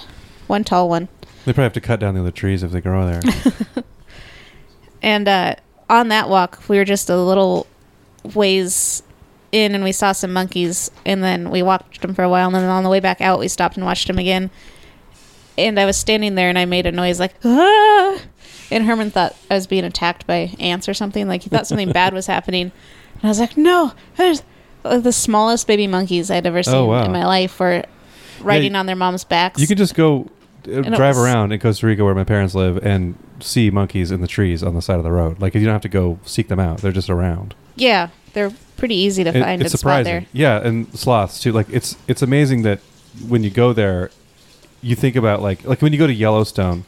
one tall one.
They probably have to cut down the other trees if they grow there.
And uh, on that walk, we were just a little ways in and we saw some monkeys. And then we watched them for a while. And then on the way back out, we stopped and watched them again. And I was standing there and I made a noise like, ah! And Herman thought I was being attacked by ants or something. Like he thought something bad was happening. And I was like, no, there's uh, the smallest baby monkeys I'd ever seen
Oh, wow.
in my life were riding on their mom's backs.
you can just go uh,
And it
drive
was-
around in Costa Rica where my parents live and see monkeys in the trees on the side of the road. Like you don't have to go seek them out; they're just around.
yeah, they're pretty easy to
It-
find.
it's
and spot
surprising.
there.
Yeah, and sloths too. Like it's it's amazing that when you go there, you think about like like when you go to Yellowstone,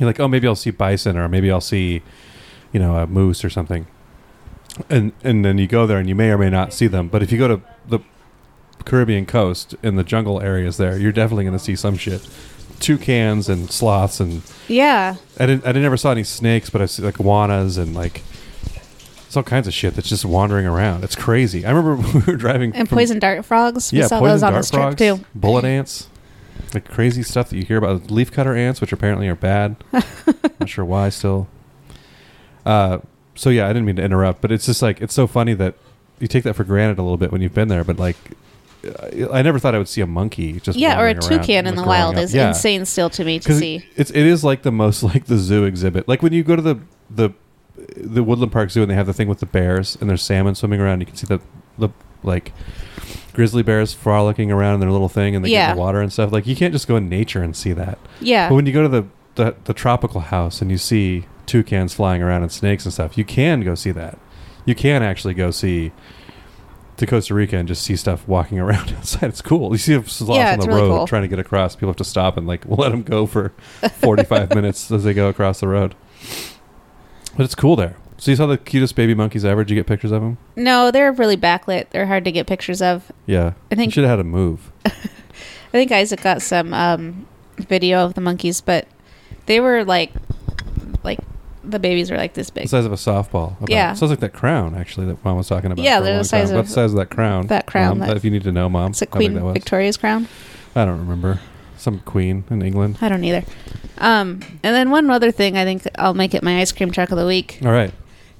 you're like, oh, maybe I'll see bison or maybe I'll see, you know, a moose or something. And and then you go there and you may or may not see them. But if you go to the Caribbean coast and the jungle areas there, you're definitely going to see some shit. Toucans and sloths and
Yeah.
I didn't I didn't ever saw any snakes, but I see like iguanas and like it's all kinds of shit that's just wandering around. It's crazy. I remember we were driving
And
from-
poison dart frogs. We
Hmm. yeah,
saw
poison
those on
dart
this trip
frogs,
too.
Bullet ants, like crazy stuff that you hear about leafcutter ants, which apparently are bad. Not sure why still. Uh, so yeah, I didn't mean to interrupt, but it's just like it's so funny that you take that for granted a little bit when you've been there, but like. I- I never thought I would see a monkey just
Yeah, or a
wandering around,
toucan in
like,
the
growing
wild
up.
is
Yeah.
insane still to me to
Because
see.
it's it is like the most like the zoo exhibit. Like when you go to the the the Woodland Park Zoo and they have the thing with the bears and there's salmon swimming around. You can see the the like grizzly bears frolicking around in their little thing and they get in the
Yeah.
water and stuff. Like you can't just go in nature and see that.
Yeah.
But when you go to the, the the tropical house and you see toucans flying around and snakes and stuff, you can go see that. You can actually go see to Costa Rica and just see stuff walking around outside. It's cool. You see a sloth
Yeah,
on
it's
the
really
road
cool.
trying to get across. People have to stop and like let them go for forty five minutes as they go across the road. But it's cool there. So you saw the cutest baby monkeys ever. Did you get pictures of them?
no, they're really backlit. They're hard to get pictures of.
Yeah.
I
you
think
should have had a move.
I think Isaac got some um, video of the monkeys, but they were like like the babies were like this
The
big.
size of a softball. about-
Yeah.
Sounds like that crown, actually, that mom was talking about.
Yeah,
for a
they're the
long
size
time.
of-
What's the size of that crown?
that crown
Mom,
that-
if you need to know, mom.
it's like
how big
Queen
that was.
Victoria's crown.
I don't remember. Some queen in England.
I don't either. Um, and then one other thing I think I'll make it my ice cream truck of the week.
All right.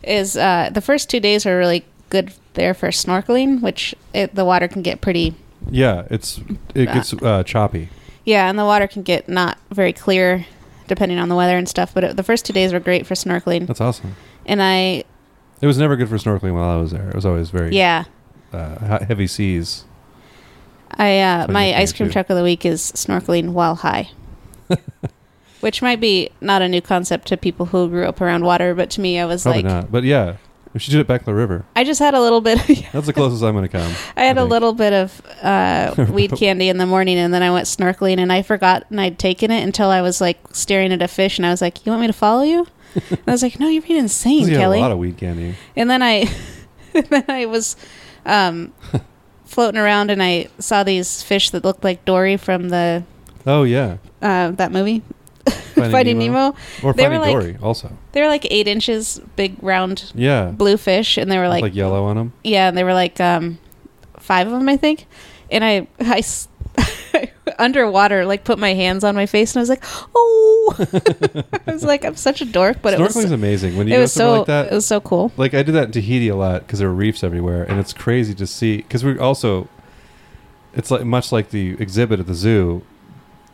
is uh, the first two days are really good there for snorkeling, which it, the water can get pretty.
Yeah, it's it
That.
gets uh, choppy.
Yeah, and the water can get not very clear depending on the weather and stuff. But it, the first two days were great for snorkeling,
That's awesome.
and I
It was never good for snorkeling while I was there. It was always very
yeah,
uh, he- heavy seas.
I uh,
What do you
my
think
ice cream
too?
truck of the week is snorkeling while high, which might be not a new concept to people who grew up around water, but to me, I was
Probably
like,
not. But yeah, we should do it back to the river.
I just had a little bit.
That's the closest I'm going to come.
I had
I
a
think.
little bit of uh, weed candy in the morning, and then I went snorkeling, and I forgot, and I'd taken it until I was like staring at a fish, and I was like, "You want me to follow you?" And I was like, "No, you're being insane,
You had a
Kelly."
lot of weed candy.
and then I, and then I was um, floating around, and I saw these fish that looked like Dory from the
Oh yeah,
uh, that movie Finding Nemo.
or
They were
Finding
like-
Dory also.
They were like eight inches, big round
Yeah,
blue fish, and they were
With,
like,
like yellow on them.
yeah and they were like um five of them i think and i i s- underwater like put my hands on my face and i was like oh i was like i'm such a dork but it
Snorkeling's
was
amazing when you
it
go
was
somewhere
so
like that.
it was so cool
like I did that in Tahiti a lot because there were reefs everywhere, and it's crazy to see because we're also it's like much like the exhibit at the zoo.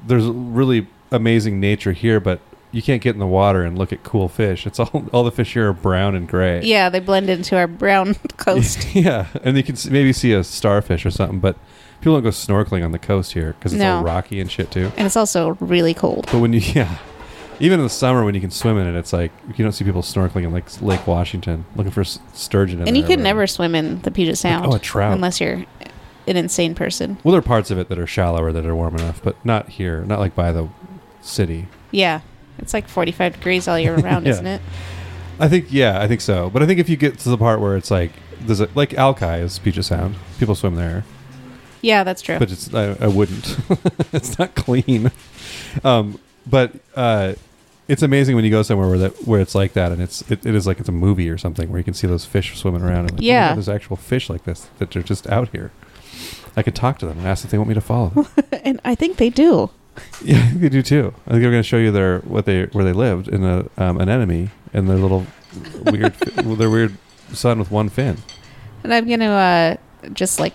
There's really amazing nature here, but you can't get in the water and look at cool fish. It's all all the fish here are brown and gray.
yeah they blend into our brown coast
yeah, and you can s- maybe see a starfish or something, but people don't go snorkeling on the coast here because it's all
No.
rocky and shit too.
and it's also really cold
But when you yeah. Even in the summer, when you can swim in it, it's like you don't see people snorkeling in like Lake Washington looking for s- sturgeon. in
and you
there or
can
whatever.
never swim in the puget sound
Like, oh, a trout.
unless you're an insane person
Well, there are parts of it that are shallower that are warm enough, but not here, not like by the city.
yeah it's like 45 degrees all year round
Yeah.
isn't it
I think, yeah, I think so. But I think if you get to the part where it's like, there's a, like Alki is Puget Sound. People swim there,
yeah that's true
but it's I, I wouldn't. it's not clean. Um, but uh, It's amazing when you go somewhere where that where it's like that, and it's it, it is like it's a movie or something where you can see those fish swimming around. And like, oh my
Yeah.
God, there's actual fish like this that are just out here. I could talk to them and ask if they want me to follow them.
and I think they do.
yeah, I think they do too. I think they're going to show you their what they where they lived in a um, an enemy and their little weird fi- well, their weird son with one fin.
And I'm gonna uh, just like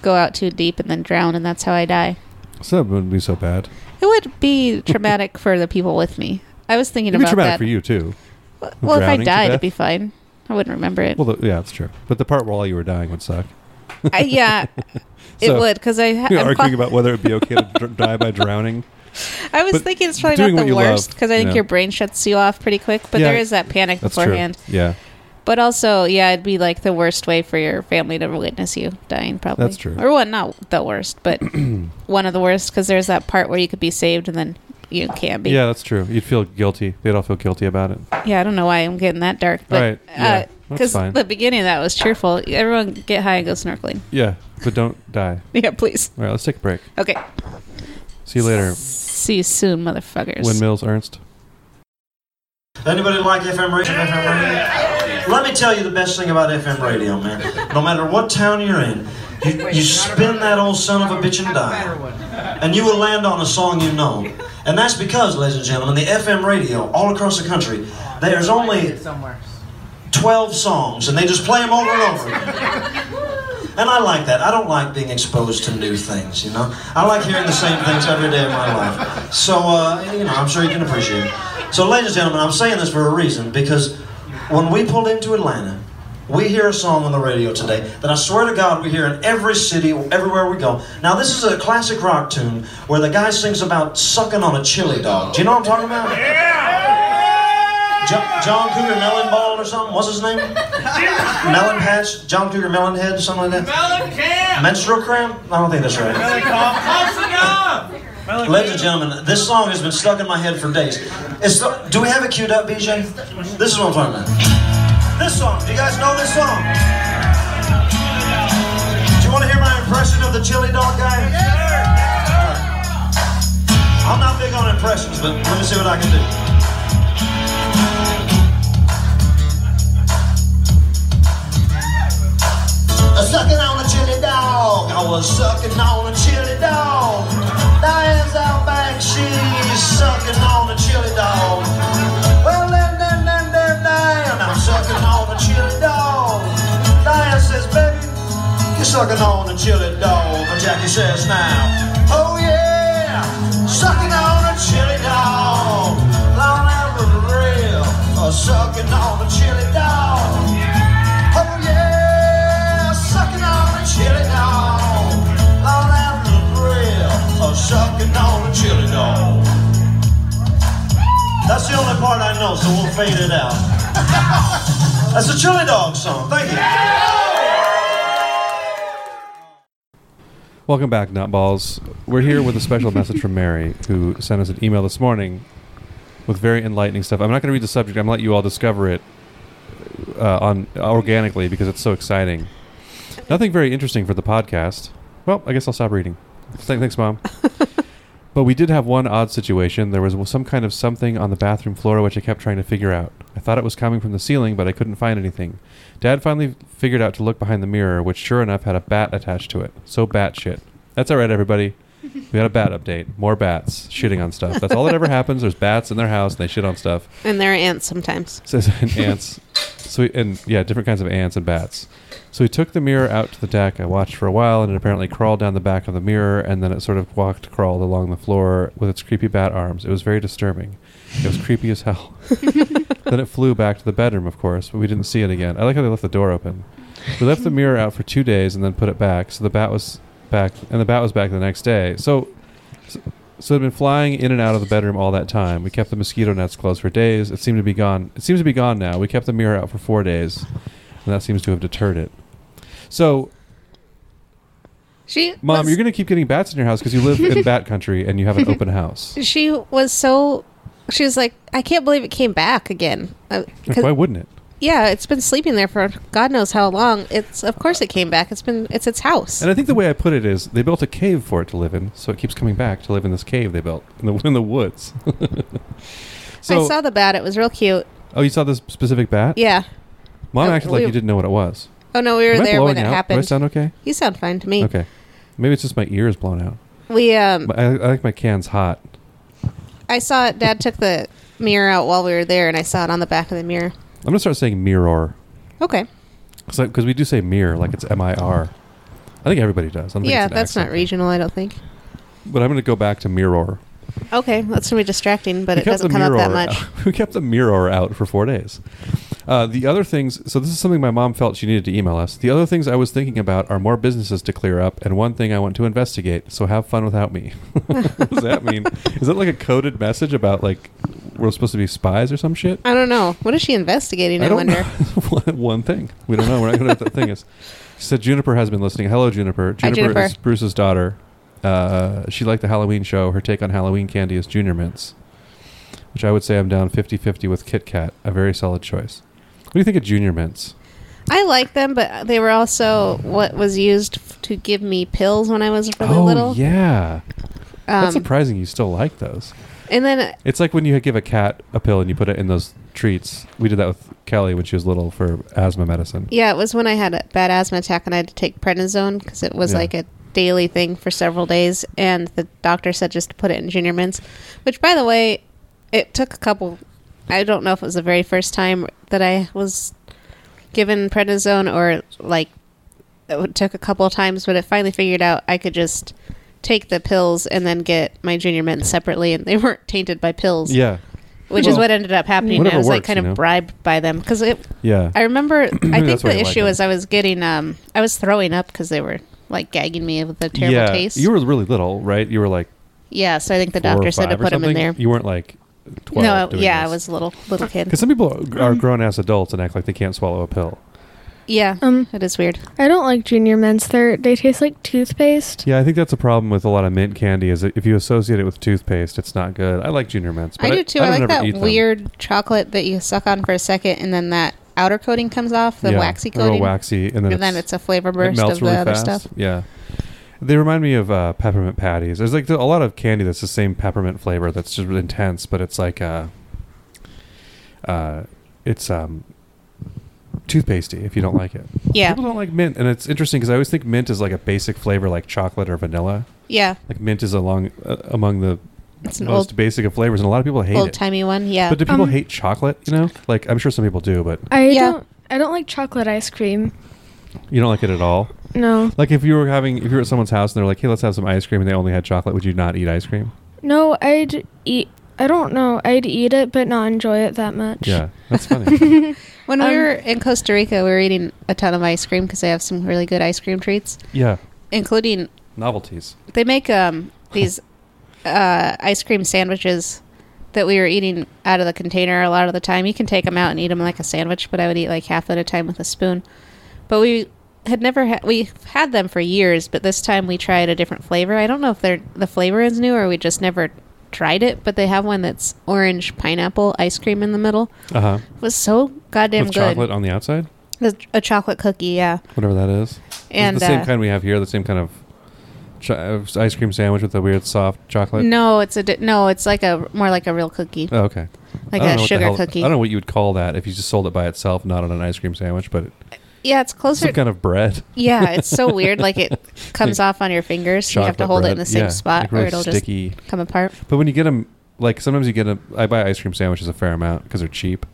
go out too deep and then drown, and that's how I die.
So that wouldn't be so bad.
It would be traumatic for the people with me. I was thinking
It'd be
about
traumatic
that.
for you too.
Well, well, if I
Drowning to
died,
death?
it'd be fine. I wouldn't remember it.
Well, the, yeah, that's true. But the part where all you were dying would suck.
I, yeah, it
So,
would because I.
You're
I'm
arguing
quite-
about whether it'd be okay to dr- die by drowning.
I was
But
thinking it's probably
doing
not
what
the
you
worst
love,
because I think
yeah.
your brain shuts you off pretty quick. But
Yeah.
there is that panic
That's
beforehand.
true. Yeah,
But also, yeah, it'd be like the worst way for your family to witness you dying, probably.
That's true.
Or one, not the worst, but one of the worst because there's that part where you could be saved and then you can't be.
yeah, that's true. You'd feel guilty. They'd all feel guilty about it.
Yeah, I don't know why I'm getting that dark, but uh,
right, yeah, that's
because
fine.
the beginning of that was cheerful. Everyone get high and go snorkeling.
Yeah, but don't die.
Yeah, please.
All right, let's take a break.
Okay.
See you later,
See you soon, motherfuckers.
Windmills Ernst.
Anybody like FM radio? FM radio? Let me tell you the best thing about FM radio, man. No matter what town you're in, you, you spin that old son of a bitch and die, and you will land on a song you know. And that's because, ladies and gentlemen, the FM radio all across the country, there's only
somewhere.
12 songs, and they just play them over and over. again. And I like that. I don't like being exposed to new things, you know? I like hearing the same things every day of my life. So, uh, you know, I'm sure you can appreciate it. So, ladies and gentlemen, I'm saying this for a reason because when we pulled into Atlanta, we hear a song on the radio today that I swear to God we hear in every city, everywhere we go. Now, this is a classic rock tune where the guy sings about sucking on a chili dog. Do you know what I'm talking about? Jo- John Cougar Melon Ball or something? What's his name? Melon Patch? John Cougar Melon Head? Something like that?
Melon Camp!
Menstrual cramp? I don't think that's right.
Close enough!
Ladies and gentlemen, this song has been stuck in my head for days. It's the- do we have it queued up, BJ? This is what I'm talking about. This song. Do you guys know this song? Do you want to hear my impression of the chili dog guy? I'm not big on impressions, but let me see what I can do. a sucking on a chili dog. I was sucking on a chili dog. Diane's out back, she's sucking on a chili dog. Well, then, then, then, then, Diane, I'm sucking on a chili dog. Diane says, baby, you're sucking on a chili dog. But Jackie says now, oh yeah, sucking on a chili dog. Long out with a real, uh, sucking on a chili dog. Oh yeah, sucking on a chili dog. Long out the grill, oh, sucking on a chili dog. That's the only part I know, so we'll fade it out. That's a chili dog song. Thank you.
Welcome back, Nutballs. We're here with a special message from Mary, who sent us an email this morning with very enlightening stuff. I'm not going to read the subject. I'm going to let you all discover it uh, on organically because it's so exciting. Nothing very interesting for the podcast. Well, I guess I'll stop reading. Th- Thanks, Mom. but we did have one odd situation. There was some kind of something on the bathroom floor which I kept trying to figure out. I thought it was coming from the ceiling, but I couldn't find anything. Dad finally figured out to look behind the mirror, which sure enough had a bat attached to it. So bat shit. That's all right, everybody. We had a bat update. More bats shitting on stuff. That's all that ever happens. There's bats in their house and they shit on stuff.
And there are ants sometimes.
Says and ants. So we, and yeah, different kinds of ants and bats. So we took the mirror out to the deck. I watched for a while, and it apparently crawled down the back of the mirror, and then it sort of walked, crawled along the floor with its creepy bat arms. It was very disturbing. It was creepy as hell. then it flew back to the bedroom, of course, but we didn't see it again. I like how they left the door open. We left the mirror out for two days and then put it back. So the bat was back, and the bat was back the next day. So, so, so it had been flying in and out of the bedroom all that time. We kept the mosquito nets closed for days. It seemed to be gone. It seems to be gone now. We kept the mirror out for four days, and that seems to have deterred it. So,
She
mom,
was,
you're going to keep getting bats in your house because you live in bat country and you have an open house.
She was so. She was like, I can't believe it came back again. Uh, 'cause-
Like, why wouldn't it?
yeah, it's been sleeping there for God knows how long. It's of course it came back. It's been it's its house.
And I think the way I put it is they built a cave for it to live in, so it keeps coming back to live in this cave they built in the in the woods. So,
I saw the bat. It was real cute.
oh, you saw this specific bat?
Yeah.
Mom
Uh,
acted
we-
like you didn't know what it was.
Oh no, we were
Am I
there when
blowing
it
out? Do I
happened.
sound okay?
you sound fine to me.
Okay. Maybe it's just my ears blown out.
We um,
But I, I like my cans hot.
I saw it. Dad took the mirror out while we were there, and I saw it on the back of the mirror.
I'm gonna start saying mirror
Okay.
because we do say mirror like it's M I R. I think everybody does. I don't think
Yeah,
it's an
that's
accent
not
thing.
regional. I don't think.
But I'm gonna go back to mirror.
Okay, that's gonna be distracting, but
We
it
kept
doesn't
the
come up that
mirror uh,
much.
out- we kept the mirror out for four days. Uh, the other things, so this is something my mom felt she needed to email us. The other things I was thinking about are more businesses to clear up, and one thing I want to investigate. So have fun without me. what does that mean? is that like a coded message about like we're supposed to be spies or some shit?
I don't know. What is she investigating? I,
don't
wonder.
know. one, one thing we don't know. We're not going to know what that thing is. She said Juniper has been listening. Hello, Juniper. Juniper,
Juniper.
is Bruce's daughter. Uh, she liked the Halloween show. Her take on Halloween candy is Junior Mints, which I would say I'm down 50-50 with Kit Kat. A very solid choice. What do you think of Junior Mints?
I like them, but they were also what was used f- to give me pills when I was really
oh
little.
yeah, that's
Um,
surprising. You still like those.
and then
It's like when you give a cat a pill and you put it in those treats. We did that with Kelly when she was little for asthma medicine.
yeah, it was when I had a bad asthma attack and I had to take prednisone because it was
Yeah.
like a daily thing for several days, and the doctor said just to put it in junior mints. Which, by the way, it took a couple. I don't know if it was the very first time that I was given prednisone or like it took a couple of times, but I finally figured out I could just take the pills and then get my junior mints separately, and they weren't tainted by pills.
Yeah,
which is
Well,
what ended up happening.
whatever
I was like
works,
kind
you
of
know.
bribed by them because it.
yeah.
I remember. I think
That's why
the
you like
issue
them.
was I was getting. Um, I was throwing up because they were like gagging me with a terrible taste.
You were really little, right? You were like
yeah, so I think the
four or
doctor said to
five or
put them in
something?
there.
You weren't like twelve.
no, I- yeah, I was a little little kid.
Because some people are grown ass adults and act like they can't swallow a pill.
Yeah,
Um,
it is weird.
I don't like junior mints. They they taste like toothpaste.
Yeah, I think that's a problem with a lot of mint candy. Is that if you associate it with toothpaste, it's not good. I like Junior Mints. But
I do too. I, like
don't ever eat
that
them.
weird chocolate that you suck on for a second and then that outer coating comes off, the
Yeah,
waxy
they're all
coating,
waxy, and then
and then
it's,
it's a flavor
it
burst
melts
of the
really
other
fast.
stuff.
Yeah, they remind me of uh, peppermint patties. There's like a lot of candy that's the same peppermint flavor that's just really intense, but it's like uh, uh, it's um, toothpastey if you don't like it.
Yeah,
People don't like mint, and it's interesting because I always think mint is like a basic flavor, like chocolate or vanilla.
yeah,
Like mint is along uh, among the
it's an
most
old
basic of flavors, and a lot of people hate
old
it.
timey one. Yeah,
But do people
Um,
hate chocolate? You know, like I'm sure some people do, but
I
Yeah.
don't. I don't like chocolate ice cream.
you don't like it at all.
No,
Like if you were having, if you were at someone's house and they're like, "Hey, let's have some ice cream," and they only had chocolate, would you not eat ice cream?
no, I'd eat. I don't know. I'd eat it, but not enjoy it that much.
Yeah, that's funny.
When
Um,
we were in Costa Rica, we were eating a ton of ice cream because they have some really good ice cream treats,
yeah,
including
novelties.
they make um, these uh, ice cream sandwiches that we were eating out of the container a lot of the time. You can take them out and eat them like a sandwich, but I would eat like half at a time with a spoon. But we had never had we had them for years, but this time we tried a different flavor. I don't know if they're the flavor is new or we just never tried it, but they have one that's orange pineapple ice cream in the middle.
Uh huh.
It was so goddamn
With
good.
chocolate on the outside,
A, a chocolate cookie, yeah.
whatever that is.
And
it's the same
uh,
kind we have here. The same kind of cho- uh, ice cream sandwich with the weird soft chocolate.
no, it's a di- no, it's like a more like a real cookie,
Oh, okay.
like a
I don't know what the
sugar
hell-
cookie.
I don't know what you would call that if you just sold it by itself, not on an ice cream sandwich, but
yeah, it's closer.
some kind of bread.
yeah, it's so weird. Like it comes off on your fingers. You have to
chocolate
hold it
bread.
in the same
Yeah,
spot,
like
or
really
it'll
sticky.
just come apart.
But when you get them, like sometimes you get them. I buy ice cream sandwiches a fair amount because they're cheap,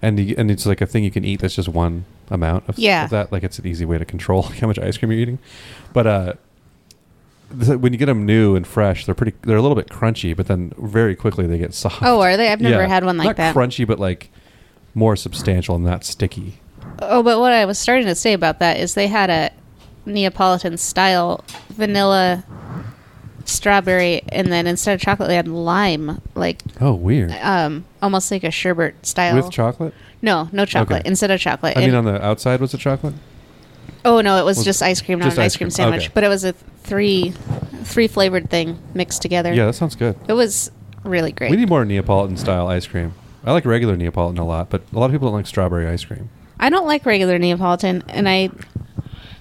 and you, and it's like a thing you can eat that's just one amount of,
Yeah.
of that. Like it's an easy way to control how much ice cream you're eating. But uh, th- when you get them new and fresh, they're pretty. They're a little bit crunchy, but then very quickly they get soft.
Oh, are they? I've never
Yeah.
had one like
Not
that.
Crunchy, but like more substantial and not sticky.
Oh, but what I was starting to say about that is they had a Neapolitan style vanilla strawberry, and then instead of chocolate, they had lime, like
Oh, weird.
um, almost like a sherbet style.
With chocolate?
no, no chocolate.
Okay.
Instead of chocolate,
I
And-
mean, on the outside was the chocolate.
Oh no, it was
Was-
just ice cream, not
just
an
ice
ice cream,
cream,
sandwich.
okay.
But it was a th- three, three flavored thing mixed together.
Yeah, that sounds good.
it was really great.
We need more Neapolitan style ice cream. I like regular Neapolitan a lot, but a lot of people don't like strawberry ice cream.
I don't like regular Neapolitan, and I,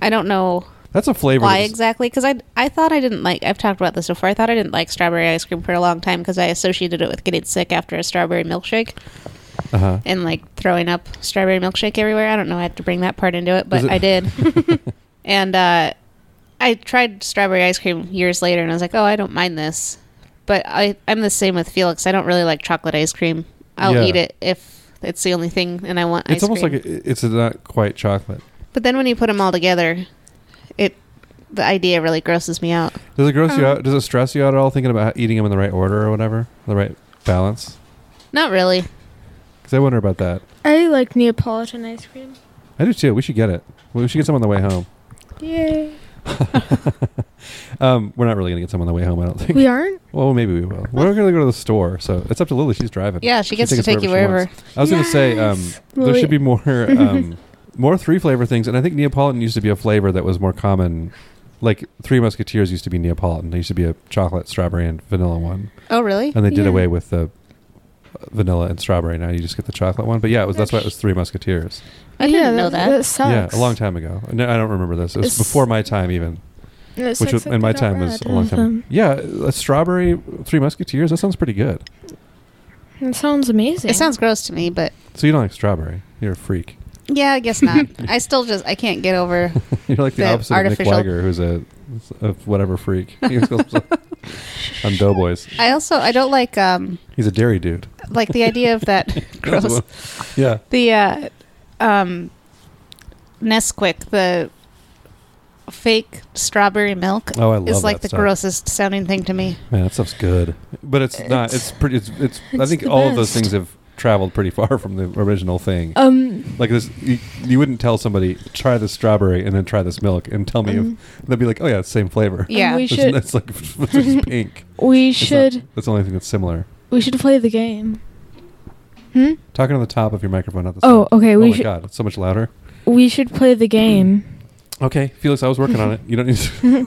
I don't know.
That's a flavor.
Why
that's-
exactly? Because I I thought I didn't like. I've talked about this before. I thought I didn't like strawberry ice cream for a long time because I associated it with getting sick after a strawberry milkshake
uh-huh.
and like throwing up strawberry milkshake everywhere. I don't know. I had to bring that part into it, but
Is it-
I did. and uh, I tried strawberry ice cream years later, and I was like, oh, I don't mind this. But I I'm the same with Felix. I don't really like chocolate ice cream. I'll
Yeah.
eat it if it's the only thing, and I want
It's
ice
almost
cream.
like it, it's not quite chocolate.
but then when you put them all together, it the idea really grosses me out.
Does it gross you
Uh-huh.
out? Does it stress you out at all thinking about eating them in the right order or whatever, the right balance?
Not really.
Because I wonder about that.
I like Neapolitan ice cream.
I do too. We should get it. We should get some on the way home.
Yay.
Um, we're not really gonna get some on the way home. I don't think.
We aren't?
Well, maybe we will. We're gonna go to the store, so it's up to Lily. She's driving.
Yeah, she gets to
takes
take you
she
wherever.
wants. I was gonna say um,
Yes.
there
Lily-
should be more um, more three flavor things, and I think Neapolitan used to be a flavor that was more common. Like Three Musketeers used to be Neapolitan. There used to be a chocolate, strawberry, and vanilla one,
Oh, really?
and they did
Yeah.
away with the uh, vanilla and strawberry. Now you just get the chocolate one. But yeah, it was that's why it was Three Musketeers.
I
yeah,
didn't know that.
sucks.
Yeah, a long time ago. No, I don't remember this. It was
It's-
before my time even.
It
Which
sucks
was,
that
in
they
my
got
time was
rid
a long
of
time.
them.
Yeah, a strawberry Three Musketeers. That sounds pretty good.
It sounds amazing.
It sounds gross to me, but
So you don't like strawberry? You're a freak.
yeah, I guess not. I still just I can't get over.
You're like the,
The
opposite
artificial-
of Nick Weiger, who's a, a whatever freak. He calls himself- I'm Doughboys.
I also I don't like um
He's a dairy dude.
like the idea of that gross
Yeah.
the uh um Nesquik the fake strawberry milk
Oh, I love
is like
that
the
stuff.
grossest sounding thing to me.
Man, that stuff's good. But it's, not. It's pretty. It's. it's, I
It's
think
the
all of those
best.
things have traveled pretty far from the original thing.
um,
like this, you, you wouldn't tell somebody try this strawberry and then try this milk and tell me. if, they'd be like, oh yeah, it's same flavor.
Yeah.
um, We
It's,
Mm-hmm. should
it's like it's just pink.
we
It's not-
should
that's the only thing that's similar.
we should play the game. Hmm?
Talking on the top of your microphone, not the.
Oh,
side.
okay,
Oh
we
my
should-
god, it's so much louder.
We should play the game.
Okay, Felix, I was working on it. You don't need to.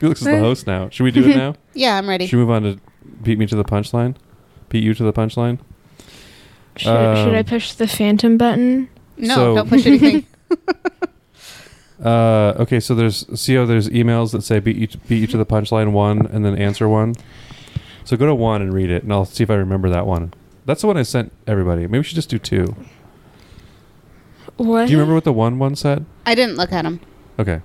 Felix is the host now. Should we do it now?
Yeah, I'm ready.
Should we move on to beat me to the punchline? Beat you to the punchline?
Should, should I
Um,
push the phantom button?
No,
So-
don't push anything.
Uh, okay, so there's CO. There's emails that say beat you, beat you to the punchline one, and then answer one. So go to one and read it, and I'll see if I remember that one. That's the one I sent everybody. Maybe we should just do two.
What?
Do you remember what the one one said?
I didn't look at him.
Okay.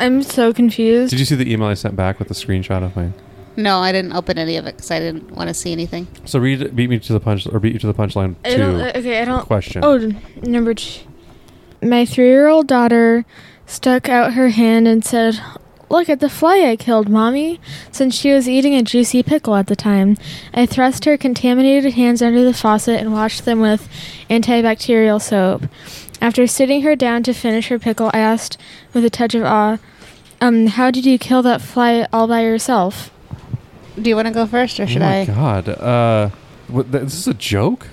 I'm so confused.
Did you see the email I sent back with the screenshot of my?
No, I didn't open any of it because I didn't want to see anything.
So read beat me to the punch or beat you to the punchline
I don't,
two
uh, okay, I don't.
question.
Oh, d- number two. My three-year-old daughter stuck out her hand and said, "Look at the fly I killed, mommy." Since she was eating a juicy pickle at the time, I thrust her contaminated hands under the faucet and washed them with antibacterial soap. After sitting her down to finish her pickle, I asked with a touch of awe, "Um, how did you kill that fly all by yourself?"
Do you want to go first, or should
oh my
I?
god! Uh, what, th- this is a joke.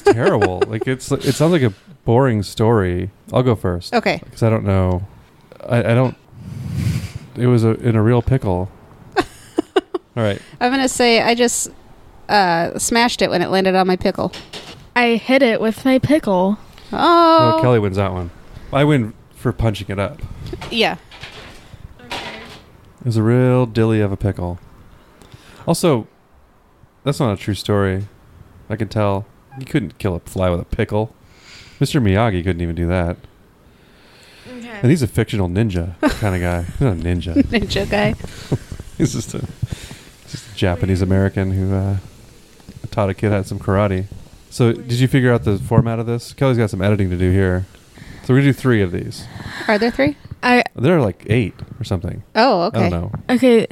terrible. Like it's it sounds like a boring story. I'll go first
Okay.
because I don't know. I, I don't. It was a, in a real pickle. All right.
I'm gonna say I just uh, smashed it when it landed on my pickle.
I hit it with my pickle.
Oh,
Oh, Kelly wins that one. I win for punching it up.
yeah.
It was a real dilly of a pickle. Also, that's not a true story. I can tell. You couldn't kill a fly with a pickle. Mr. Miyagi couldn't even do that. And he's a fictional ninja kind of guy. He's not a ninja.
Ninja guy.
He's just a, just a Japanese American who uh, taught a kid how some karate. So, did you figure out the format of this? Kelly's got some editing to do here. So, we're going to do three of these.
Are there three?
I
There are like eight or something.
Oh,
I
okay.
don't know.
Okay.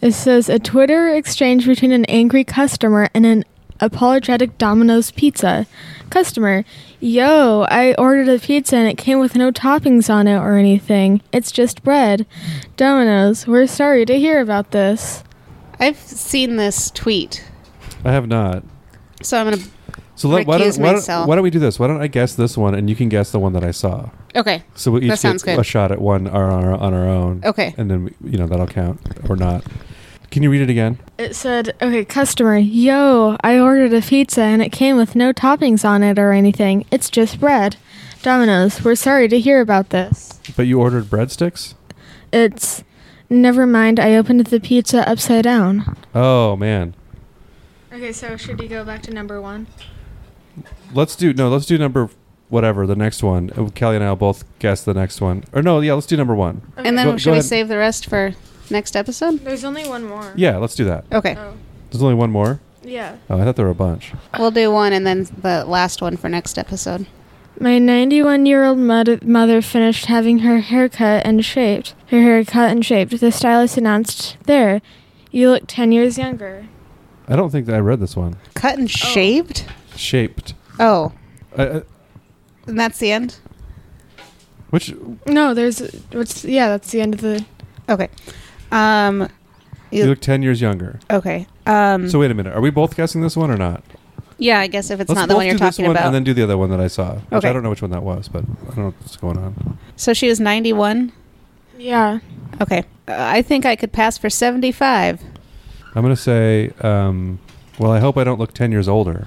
It says a Twitter exchange between an angry customer and an apologetic Domino's pizza. Customer, yo, I ordered a pizza and it came with no toppings on it or anything. It's just bread. Domino's, we're sorry to hear about this.
I've seen this tweet,
I have not.
so I'm gonna.
So let, why,
Recuse
don't, why, don't,
myself.
why don't we do this? Why don't I guess this one and you can guess the one that I saw?
Okay,
So we'll
That
each
sounds
get
good.
a shot at one on our, on our own.
okay.
And then, we, you know, that'll count or not. Can you read it again?
It said, okay, customer, yo, I ordered a pizza and it came with no toppings on it or anything. It's just bread. Domino's, we're sorry to hear about this.
But you ordered breadsticks?
It's never mind. I opened the pizza upside down.
Oh man,
Okay, so should we go back to number one?
let's do no. Let's do number whatever the next one. Uh, Kelly and I will both guess the next one. Or no, yeah, let's do number one.
And then
Go-
should
go
we
ahead.
save the rest for next episode?
There's only one more.
Yeah, let's do that.
Okay.
Oh,
There's only one more.
yeah.
Oh, I thought there were a bunch.
We'll do one and then the last one for next episode.
My 91 year old mother, mother finished having her hair cut and shaped. Her hair cut and shaped. The stylist announced, There, you look 10 years younger.
I don't think that I read this one.
Cut and shaved?
Shaped.
Oh.
I, I,
And that's the end?
which
No, there's. What's, yeah, that's the end of the.
Okay. Um
you look ten years younger.
okay. Um
So wait a minute. Are we both guessing this one or not?
yeah, I guess if it's
Let's
not the one
both
you're
do this
talking
one
about.
and then do the other one that I saw. Which
Okay.
I don't know which one that was, but I don't know what's going on.
so she was 91.
Yeah.
Okay. Uh, I think I could pass for 75.
I'm gonna say. Um, well, I hope I don't look ten years older.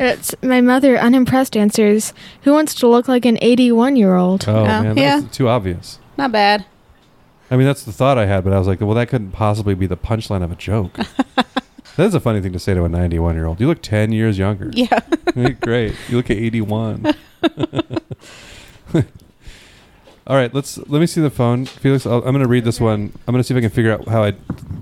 It's my mother, unimpressed, answers, Who wants to look like an 81 year old?
Oh,
Oh,
man,
yeah.
that's too obvious.
Not bad.
I mean, that's the thought I had, but I was like, well, that couldn't possibly be the punchline of a joke. that is a funny thing to say to a 91 year old. You look 10 years younger.
Yeah.
Great. You look 81. All right, let's let me see the phone, Felix. I'll, I'm going to read this one. I'm going to see if I can figure out how I,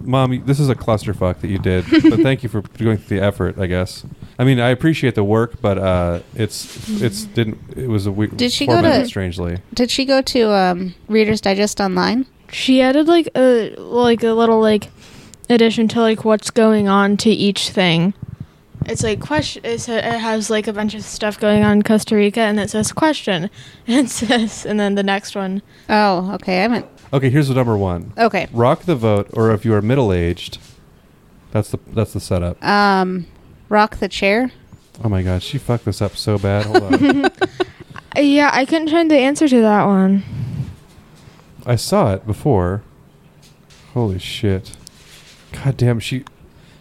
Mom. you- This is a clusterfuck that you did, but thank you for going through the effort. I guess. I mean, I appreciate the work, but uh, it's it's didn't it was a weird.
Mm-hmm. Did she go
formatted
to-
strangely?
Did she go to um, Reader's Digest online?
She added like a like a little like addition to like what's going on to each thing. It's like question. It, sa- it has like a bunch of stuff going on in Costa Rica, and it says question, and it says, and then the next one.
Oh, okay. I meant.
Okay, here's the number one.
Okay.
Rock the vote, or if you are middle aged, that's the that's the setup.
Um, rock the chair.
Oh my god, she fucked this up so bad. Hold on,
Uh, Yeah, I couldn't find the answer to that one.
I saw it before. Holy shit! God damn, she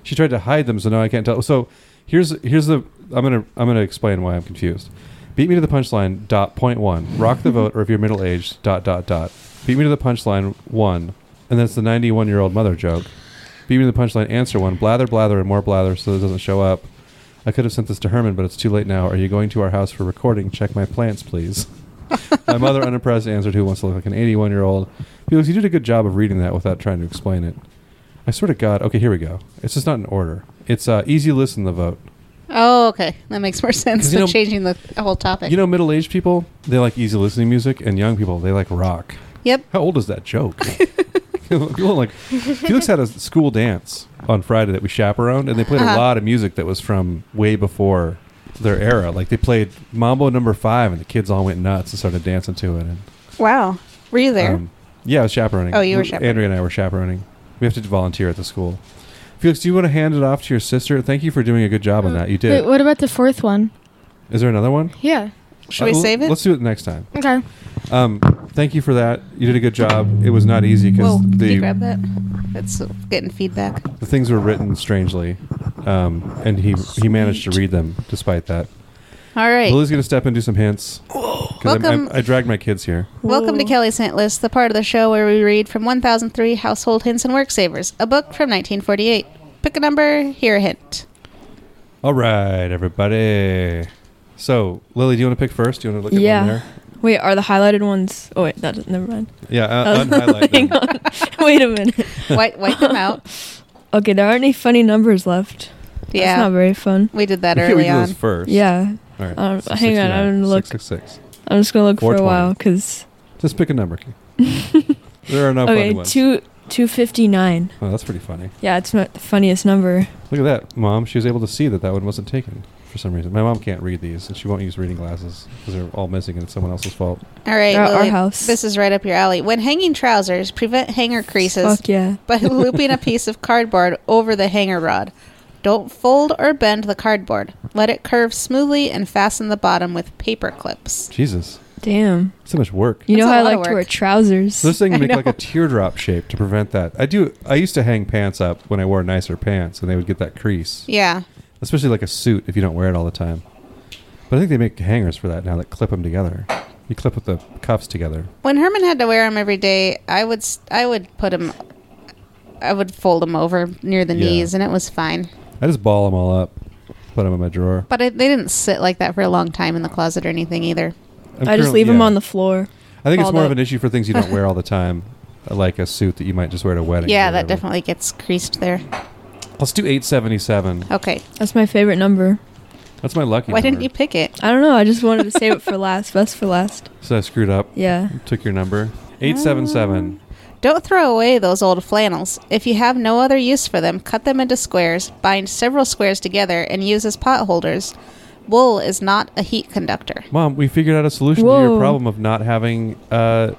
she tried to hide them, so now I can't tell. So here's here's the I'm gonna I'm gonna explain why I'm confused. Beat me to the punchline. Dot point one. Rock the vote, or if you're middle aged. Dot dot dot. Beat me to the punchline one, and that's the 91 year old mother joke. Beat me to the punchline. Answer one. Blather blather and more blather, so it doesn't show up. I could have sent this to Herman, but it's too late now. Are you going to our house for recording? Check my plants, please. my mother, unimpressed, answered, "Who wants to look like an 81 year old?" Felix, you did a good job of reading that without trying to explain it. I swear to God. Okay, here we go. It's just not in order. It's uh, easy listen the vote.
Oh, okay. That makes more sense
'Cause you
than
know-
changing the whole topic.
You know, middle aged people they like easy listening music, and young people they like rock.
yep.
How old is that joke? People are like Felix had a school dance on Friday that we chaperoned, and they played a
Uh-huh.
lot of music that was from way before their era. Like they played Mambo Number Five, and the kids all went nuts and started dancing to it. And
Wow. Were you there?
Um, yeah, I was chaperoning.
Oh, you were
W-
chaperoning.
Andrea and I were chaperoning. We have to volunteer at the school. Felix, do you want to hand it off to your sister? Thank you for doing a good job
Mm.
on that. You
Wait,
did.
what about the fourth one?
Is there another one?
Yeah.
Should
Uh,
we
l-
save it?
Let's do it next time.
Okay.
Um, thank you for that. You did a good job. It was not easy
Whoa, can
because
you
the,
grab that? That's getting feedback.
the things were written strangely, um, and he he managed to read them despite that.
All right.
Lily's gonna step and do some hints. 'cause I'm- I'm-
Welcome.
I dragged my kids here.
Welcome to Kelly's Hint List, the part of the show where we read from 1003 Household Hints and Work Savers, a book from 1948. Pick a number, hear a hint.
All right, everybody. So, Lily, do you want to pick first? Do you want to look at
Yeah.
one there?
Wait, are the highlighted ones? Oh wait, that never mind.
Yeah,
I
uh,
was
unhighlight
hang
them.
on. Wait a minute.
Wipe, wipe them out.
Okay, there aren't any funny numbers left.
Yeah.
That's not very fun.
we did that
We can't- we
early
do those
on.
first.
Yeah,
All right.
Um, hang on, I'm gonna look.
Six, six, six.
I'm just gonna look for a
420.
while because
Just pick a number. Kate. there are no funny
okay,
ones.
two two fifty nine.
Oh, that's pretty funny.
Yeah, it's my, the funniest number.
Look at that, mom. She was able to see that that one wasn't taken for some reason. My mom can't read these, and she won't use reading glasses because they're all missing, and it's someone else's fault.
All right,
They're at our
Lily,
house.
This is right up your alley. When hanging trousers, prevent hanger creases
Fuck yeah.
by looping a piece of cardboard over the hanger rod. Don't fold or bend the cardboard. Let it curve smoothly and fasten the bottom with paper clips.
Jesus,
Damn.
so much work.
You
That's
know
a
how I
lot of
like to wear
work.
trousers.
So this thing make like a teardrop shape to prevent that. I do. I used to hang pants up when I wore nicer pants, and they would get that crease,
Yeah.
especially like a suit if you don't wear it all the time. But I think they make hangers for that now that clip them together. You clip with the cuffs together.
When Herman had to wear them every day, I would s- I would put him, I would fold him over near the
Yeah.
knees, and it was fine.
I just ball them all up, put them in my drawer.
But I, they didn't sit like that for a long time in the closet or anything either.
I'm
I just
currently-
leave them
yeah.
on the floor.
I think it's
Balled
more of
up.
an issue for things you don't wear all the time, like a suit that you might just wear to weddings.
Yeah,
or
that
whatever.
definitely gets creased there.
Let's do eight seventy seven.
Okay,
That's my favorite number.
That's my lucky.
why didn't
number.
you pick it?
I don't know. I just wanted to save it for last. Best for last.
So I screwed up.
Yeah. Ah.
Took your number. Eight seven seven.
Don't throw away those old flannels. If you have no other use for them, cut them into squares, bind several squares together, and use as pot holders. Wool is not a heat conductor.
Mom, we figured out a solution to your
Whoa.
problem of not having uh,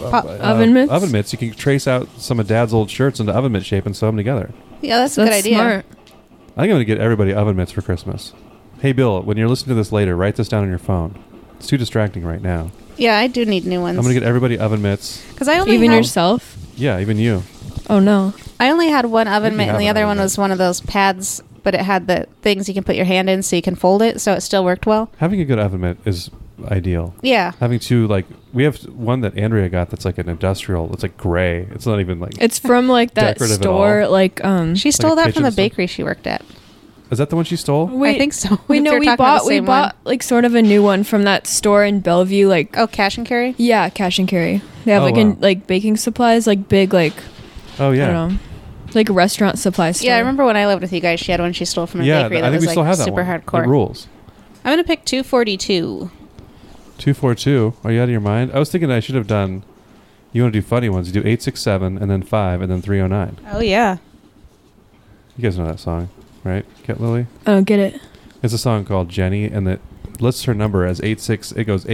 Pop-
uh,
Oven mitts?
Oven mitts. You can trace out some of Dad's old shirts into oven mitt shape and sew them together.
yeah, that's, a good idea.
smart.
I think I'm going to get everybody oven mitts for Christmas. Hey, Bill, when you're listening to this later, write this down on your phone. It's too distracting right now.
Yeah, I do need new ones.
I'm going to get everybody oven mitts.
because I only
Even
had,
yourself?
Yeah, even you.
Oh no.
I only had one oven
you
mitt, and
have
the
an
other
oven
one
mitt.
was one of those pads, but it had the things you can put your hand in so you can fold it, so it still worked well.
Having a good oven mitt is ideal.
Yeah,
Having two, like, we have one that Andrea got that's like an industrial, it's like gray. It's not even like.
It's from like that
Decorative at
store.
all.
Like um.
she stole
a
that from
kitchen
the
stuff?
bakery she worked at.
is that the one she stole?
Wait,
I think so.
Wait, no,
They're
we
talking about
bought
the
we
same one.
bought like sort of a new one from that store in Bellevue. Like
Oh, cash and carry.
yeah, cash and carry. They have
Oh,
like
wow.
in, like baking supplies, like big like
Oh, yeah.
I don't know, like a restaurant supply store.
Yeah, I remember when I lived with you guys, she had one she stole from a
Yeah,
bakery
th-
that
I think
was
we
like
still have that
super
one.
hardcore.
It rules.
I'm gonna pick 242.
242. Are you out of your mind? I was thinking I should have done. You want to do funny ones? You do 867 and then 5 and then 309.
Oh yeah.
You guys know that song, right? Get Lily?
I don't Oh, get it.
It's a song called Jenny and it lists her number as 86. It goes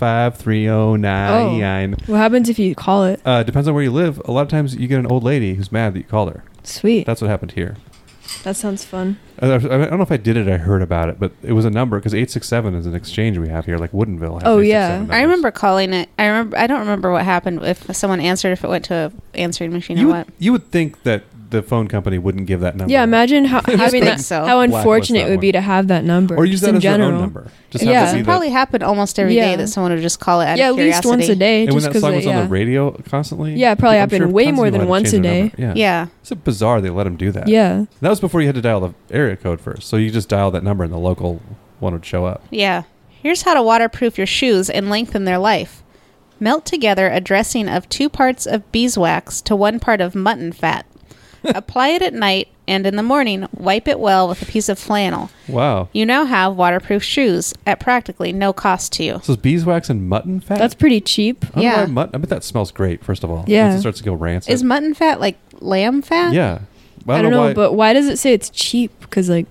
Oh.
8675309.
What happens if you call it?
Uh, depends on where you live. A lot of times you get an old lady who's mad that you called her.
Sweet.
That's what happened here. Uh,
That sounds fun.
I I don't know if I did it. I heard about it, but it was a number because 867 is an exchange we have here, like Woodenville. has
Oh, yeah.
I
867 numbers.
remember calling it. I remember. I don't remember what happened if someone answered if it went to a answering machine or
You would,
what.
you would think that the phone company wouldn't give that number.
Yeah, imagine how having
think
that.
so.
How
Blacklist
unfortunate
that
it would be
one.
to have that number.
or use
just
that
in
as
general.
your own number. Just
Yeah.
have it
It
be
probably
the,
happened almost every day
Yeah.
that someone would just call it out
Yeah,
of
at least
curiosity.
once a day.
and when
just
that
'cause
song was
they-
on
yeah.
the radio constantly,
Yeah, it probably
I'm sure
happened way
tons of
more
people
than
had to
once a
change their
day.
number. Yeah.
Yeah.
it's a bizarre they let them do that.
Yeah.
that was before you had to dial the area code first, so you just dial that number and the local one would show up.
Yeah. Here's how to waterproof your shoes and lengthen their life. Melt together a dressing of two parts of beeswax to one part of mutton fat. Apply it at night and in the morning, wipe it well with a piece of flannel.
Wow,
You now have waterproof shoes at practically no cost to you.
so it's beeswax and mutton fat.
That's pretty cheap.
I don't know
yeah.
why mut- I bet that smells great. First of all,
Yeah.
once it starts to go rancid.
Is mutton fat like lamb fat?
yeah, Well,
I don't know,
why-
but why does it say it's cheap? Because like,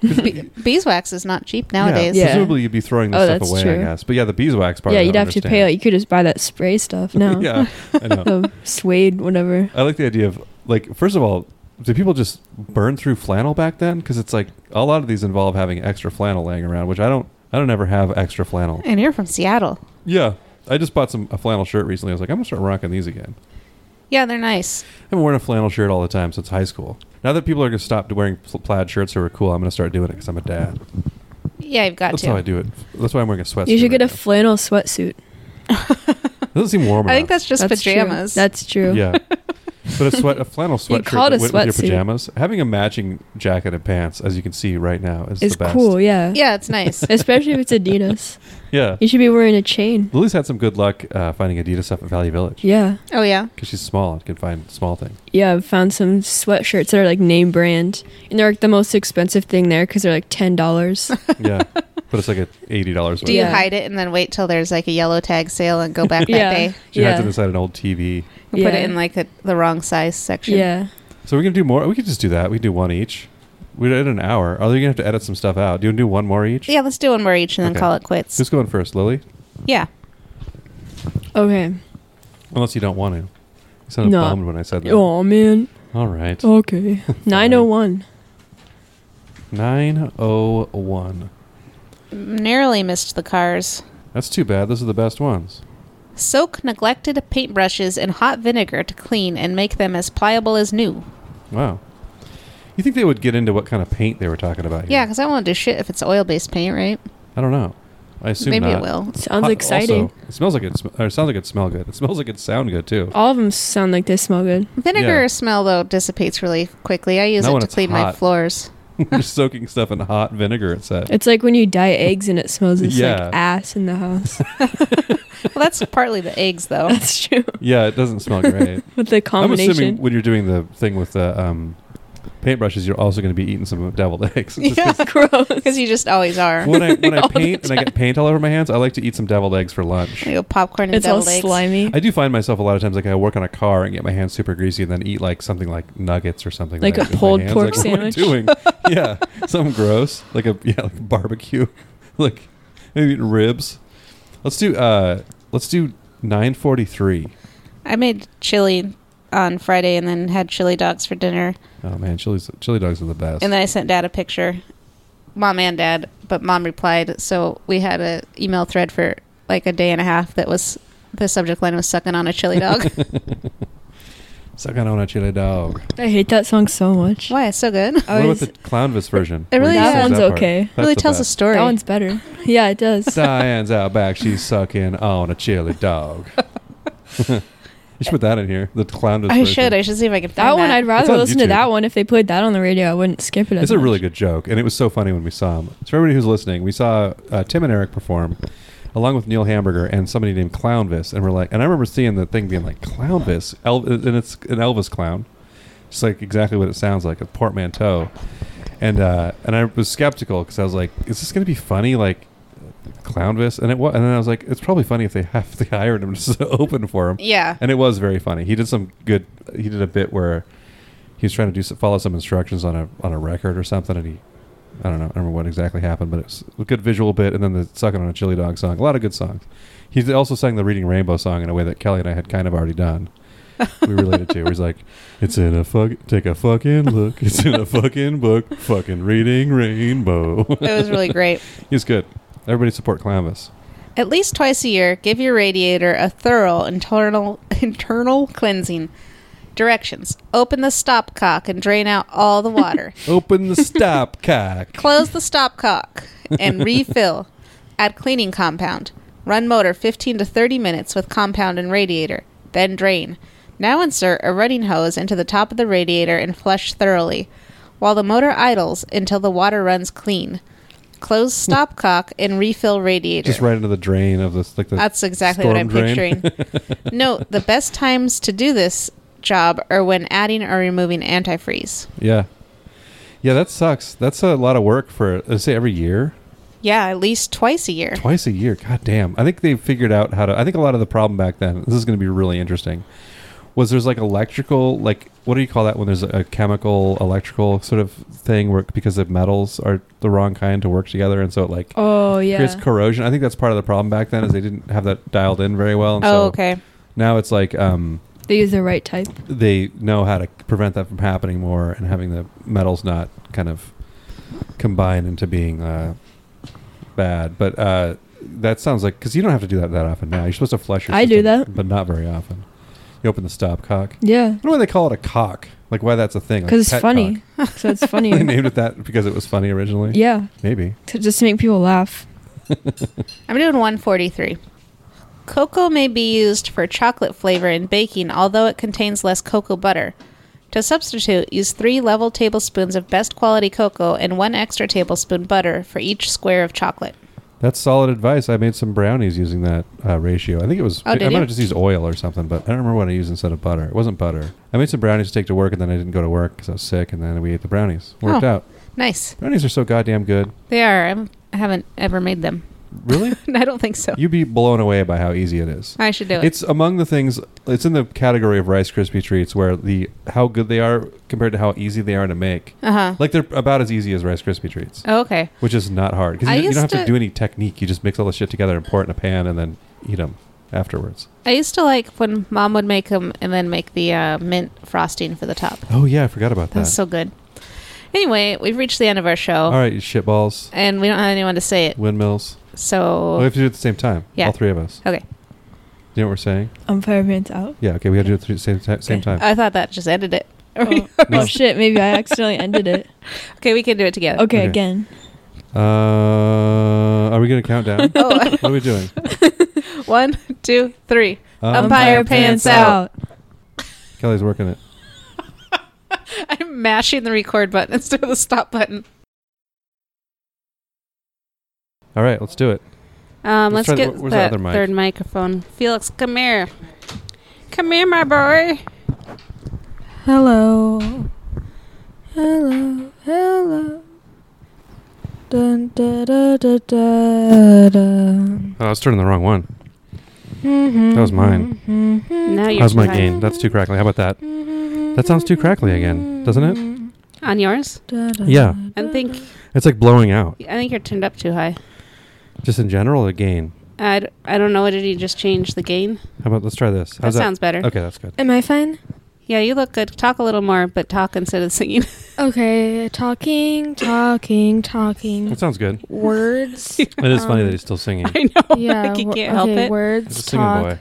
Be- beeswax is not cheap nowadays.
yeah,
Yeah.
presumably you'd be throwing this
Oh,
stuff
that's
away, I
true.
guess. But yeah, the beeswax part.
yeah,
I
you'd
don't
have to pay.
understand.
Like, you could just buy that spray stuff now.
yeah, I know.
The suede, whatever.
I like the idea of like first of all, do people just burn through flannel back then? Because it's like a lot of these involve having extra flannel laying around, which I don't. I don't ever have extra flannel.
And you're from Seattle.
Yeah, I just bought some a flannel shirt recently. I was like, I'm gonna start rocking these again.
Yeah, they're nice.
I've been wearing a flannel shirt all the time since high school. Now that people are gonna stop wearing pl- plaid shirts who are cool, I'm gonna start doing it because I'm a dad.
Yeah, you've got
That's
to.
how I do it. That's why I'm wearing a sweatshirt.
You should get a
right now.
flannel sweatsuit.
It doesn't seem warm
I
enough.
think that's just
That's true.
pajamas.
That's true.
yeah. But a sweat, a flannel sweatshirt
call it a
with, with your
sweatsuit.
pajamas, having a matching jacket and pants, as you can see right now, is
It's
the best.
cool. Yeah.
yeah, it's nice.
Especially if it's Adidas.
Yeah,
You should be wearing a chain.
Lily's had some good luck uh, finding Adidas stuff at Valley Village
Yeah.
oh yeah.
because she's small and can find small things.
Yeah, I've found some sweatshirts that are like name brand, and they're like the most expensive thing there because they're like ten dollars.
Yeah, but it's like a eighty dollars.
Do
worth.
you
Yeah.
hide it and then wait till there's like a yellow tag sale and go back
yeah,
that day?
She hides it
yeah,
inside an old TV.
And Put
Yeah.
it in like the the wrong size section.
yeah.
So we're gonna do more. We could just do that. We could do one each. We did an hour. Are they gonna have to edit some stuff out? Do you want to do one more each?
Yeah, let's do one more each and then
Okay.
call it quits.
Who's going first, Lily?
yeah.
Okay.
Unless you don't want to. You sounded
No.
bummed when I said that.
Oh man.
All right.
Okay. Nine oh one.
Nine oh one.
Narrowly missed the cars.
That's too bad. Those are the best ones.
Soak neglected paintbrushes in hot vinegar to clean and make them as pliable as new.
Wow. You think they would get into what kind of paint they were talking about? Here?
Yeah, because I won't do shit if it's oil based paint, right?
I don't know. I assume
Maybe
not.
it will.
Sounds
Hot-
exciting.
Also, it smells like it. Sm- or it sounds like it smell good. It smells like it sound good too.
All of them sound like they smell good.
Vinegar
Yeah.
smell though dissipates really quickly. I use
Not
it
when
to
it's
clean my
hot.
floors.
We're soaking stuff in hot vinegar. It's that.
It's like when you dye eggs and it smells it's
Yeah.
like ass in the house.
Well, that's partly the eggs though.
That's true.
Yeah, it doesn't smell great.
With the
I'm assuming
combination.
when you're doing the thing with the um, paintbrushes, you're also going to be eating some deviled eggs. Just 'cause-
Because
Gross.
you just always are.
when I when I
All the
paint and I get paint all over my hands, I like to eat some deviled eggs for lunch.
You know, popcorn and
It's all
deviled eggs.
slimy.
I do find myself a lot of times like I work on a car and get my hands super greasy and then eat like something like nuggets or something
Like
that
a
with my
pulled
hands.
pork
Like, what am I
sandwich?
doing? yeah, something gross like a yeah like barbecue, like maybe eating ribs. Let's do uh let's do nine forty three.
I made chili on Friday and then had chili dogs for dinner.
Oh man, chili's chili dogs are the best.
And then I sent dad a picture, mom and dad, but mom replied. So we had a email thread for like a day and a half that was the subject line was sucking on a chili dog.
Sucking on a chili dog.
I hate that song so much.
Why? Oh, It's so good.
I
what
always-
about the Clownvis version?
It really-
Where
that
you sing
one's
part?
okay. It
That's
really
the
tells a
best.
story.
That one's better. Yeah, it does.
Diane's out back. She's sucking on a chili dog. you should put that in here. The Clownvis
I
version.
should. I should see if I can find
That one, I'd rather
on
listen to
YouTube.
that one. If they played that on the radio, I wouldn't skip it. as
It's a
much.
really good joke, and it was so funny when we saw him. So for everybody who's listening, we saw uh, Tim and Eric perform along with Neil Hamburger and somebody named Clownvis, and we're like, and I remember seeing the thing being like Clownvis, El- and it's an Elvis clown, just like exactly what it sounds like, a portmanteau, and uh, and I was skeptical because I was like, is this going to be funny, like Clownvis? And it was, and then I was like, it's probably funny if they have to hire him just to open for him
Yeah.
and it was very funny. He did some good. He did a bit where he was trying to do some, follow some instructions on a on a record or something, and he I don't know, I don't remember what exactly happened, but it was a good visual bit, and then the sucking on a chili dog song. A lot of good songs. He also sang the Reading Rainbow song in a way that Kelly and I had kind of already done. We related to. Where he's like, "It's in a fuck. Take a fucking look. It's in a fucking book. Fucking reading rainbow."
It was really great.
he's good. Everybody support Clamus.
At least twice a year, give your radiator a thorough internal internal cleansing. Directions: Open the stopcock and drain out all the water.
Open the stop cock.
Close the stopcock and refill. Add cleaning compound. Run motor 15 to 30 minutes with compound and radiator, then drain. Now insert a running hose into the top of the radiator and flush thoroughly, while the motor idles until the water runs clean. Close stopcock and refill radiator.
Just right into the drain of this. Like the
That's exactly what
storm
I'm
drain.
picturing. Note the best times to do this job are when adding or removing antifreeze.
Yeah. Yeah, that sucks. That's a lot of work for, let's say, every year,
Yeah, at least twice a year.
twice a year. God damn. I think they figured out how to. I think a lot of the problem back then, this is going to be really interesting, was there's like electrical, like, what do you call that when there's a, chemical, electrical sort of thing where, because the metals are the wrong kind to work together. And so it like
Oh yeah.
creates corrosion. I think that's part of the problem back then is they didn't have that dialed in very well. And
oh,
so
okay.
now it's like, um,
they use the right type.
they know how to prevent that from happening more and having the metals not kind of combine into being uh, bad. But uh, that sounds like because you don't have to do that that often now. You're supposed to flush your.
I do
system,
that.
but not very often. You open the stop cock. I
Yeah,
don't know why they call it a cock. Like why that's a thing. like
because it's
pet
funny.
cock.
so it's
they
funny.
named it that because it was funny originally.
yeah,
Maybe.
to, just to make people laugh.
I'm doing 143. Cocoa may be used for chocolate flavor in baking, although it contains less cocoa butter. To substitute, use three level tablespoons of best quality cocoa and one extra tablespoon butter for each square of chocolate.
That's solid advice. I made some brownies using that uh, ratio. I think it was.
Oh,
I,
did
I might
you?
have just used oil or something, but I don't remember what I used instead of butter. It wasn't butter. I made some brownies to take to work, and then I didn't go to work because I was sick, and then we ate the brownies. Worked
Oh.
out.
Nice.
Brownies are so goddamn good.
They are. I'm, I haven't ever made them.
Really?
I don't think so.
You'd be blown away by how easy it is.
I should do it.
It's among the things. It's in the category of Rice Krispie treats where the how good they are compared to how easy they are to make.
Uh huh.
Like they're about as easy as Rice Krispie treats,
Oh, okay.
which is not hard
I
because you, don't- you don't have
used
to,
to-
do any technique. You just mix all the shit together and pour it in a pan, and then eat them afterwards.
I used to like when mom would make them and then make the uh, mint frosting for the top.
Oh yeah, I forgot about that.
That's so good. Anyway, we've reached the end of our show,
All right, you shitballs,
and we don't have anyone to say it.
windmills.
So
Oh, we have to do it at the same time.
Yeah.
All three of us.
Okay.
You know what we're saying?
I'm fireman's out.
Yeah, okay, we got to do it at the same, ti- same time.
I thought that just ended it.
Oh, oh, shit! Maybe I accidentally ended it.
Okay, we can do it together.
Okay,
Okay.
again.
Uh, are we going to count down?
Oh,
What are we doing?
one, two, three.
Um,
Umpire pants out.
Kelly's working it.
I'm mashing the record button instead of the stop button.
All right, let's do it.
Um, let's,
Let's try the-
get
where's the
that
other mic?
third microphone. Felix, come here. Come here, my boy.
Hello. Hello. Hello. Dun, da, da, da, da, da.
Oh, I was turning the wrong one.
Mm-hmm.
That
Mm-hmm.
was mine.
Mm-hmm.
Now you're
How's my
fine.
gain? That's too crackly. How about that? That sounds too crackly again, doesn't
Mm-hmm.
it?
On yours?
Da, da,
Yeah.
I think
It's like blowing out.
I think you're turned up too high.
Just in general, a gain.
I, d- I don't know. What did you just change the gain?
How about let's try this?
That sounds better.
Okay, that's good.
Am I fine?
Yeah, you look good. Talk a little more, but talk instead of singing.
Okay. Talking, talking, talking.
That sounds good.
Words.
It is funny
Um,
that he's still singing.
I know.
Yeah.
like you
wo-
can't
okay,
help it.
Words.
He's a singing
talk.
boy.